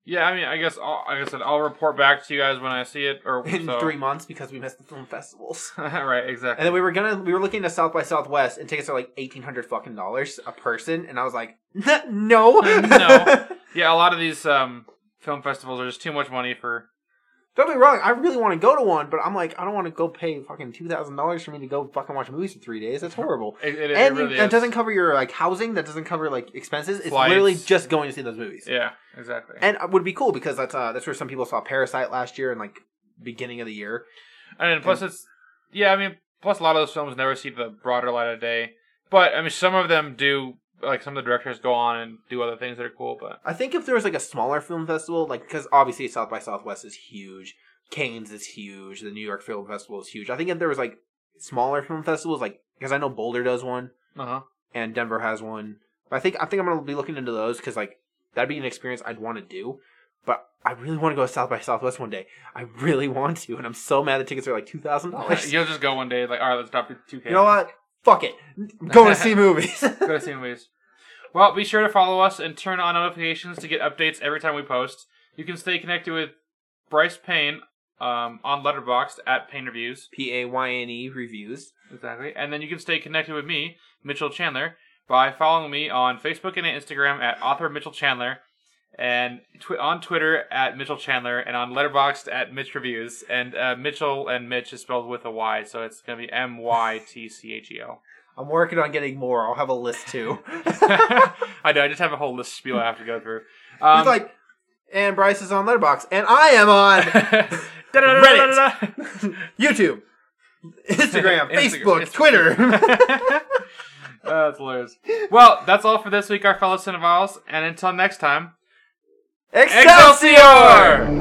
B: yeah, I mean, I guess I'll, like I said, I'll report back to you guys when I see it.
A: [laughs]
B: Or
A: in
B: so.
A: three months because we missed the film festivals.
B: [laughs] right, exactly.
A: And then we were gonna we were looking to South by Southwest and tickets are like eighteen hundred fucking dollars a person, and I was like, [laughs] no,
B: No. Yeah, a lot of these um, film festivals are just too much money for.
A: [laughs] Don't get me wrong, I really want to go to one, but I'm like, I don't want to go pay fucking two thousand dollars for me to go fucking watch movies for three days. That's horrible.
B: It, it, it
A: and
B: really
A: that
B: is.
A: doesn't cover your like housing. That doesn't cover like expenses. It's
B: Flights.
A: literally just going to see those movies.
B: Yeah, exactly.
A: And it would be cool because that's uh, that's where some people saw Parasite last year and like beginning of the year.
B: And, then plus, it's yeah. I mean, plus a lot of those films never see the broader light of day. But I mean, some of them do. Like some of the directors go on and do other things that are cool. But
A: I think if there was like a smaller film festival, like because obviously South by Southwest is huge, Cannes is huge, the New York Film Festival is huge. I think if there was like smaller film festivals, like because I know Boulder does one
B: uh huh.
A: and Denver has one, but I think I think I'm gonna be looking into those because like that'd be an experience I'd want to do. But I really want to go to South by Southwest one day. I really [laughs] want to, and I'm so mad the tickets are like two thousand [laughs] dollars.
B: [laughs] You'll just go one day like, all right, let's drop your two K.
A: You know what? Fuck [laughs] it. Going to see movies.
B: Go to Cineways. Well, be sure to follow us and turn on notifications to get updates every time we post. You can stay connected with Bryce Payne um, on Letterboxd at Pain Reviews.
A: [laughs] P A Y N E reviews.
B: Exactly. And then you can stay connected with me, Mitchell Chandler, by following me on Facebook and Instagram at author Mitchell Chandler, and tw- on Twitter at Mitchell Chandler, and on Letterboxd at Mitch Reviews. And uh, Mitchell and Mitch is spelled with a Y, so it's going to be M Y T C H E O.
A: I'm working on getting more. I'll have a list [laughs] too.
B: [laughs] I know. I just have a whole list spiel I have to go through. Um,
A: He's like, and Bryce is on Letterbox, and I am [laughs] on
B: [laughs] Reddit.
A: YouTube, Instagram,
B: [laughs] Instagram,
A: Facebook,
B: Instagram.
A: Twitter. [laughs]
B: [laughs] that's hilarious. Well, that's all for this week, our fellow cinephiles, and until next time,
A: Excelsior!
B: Excelsior!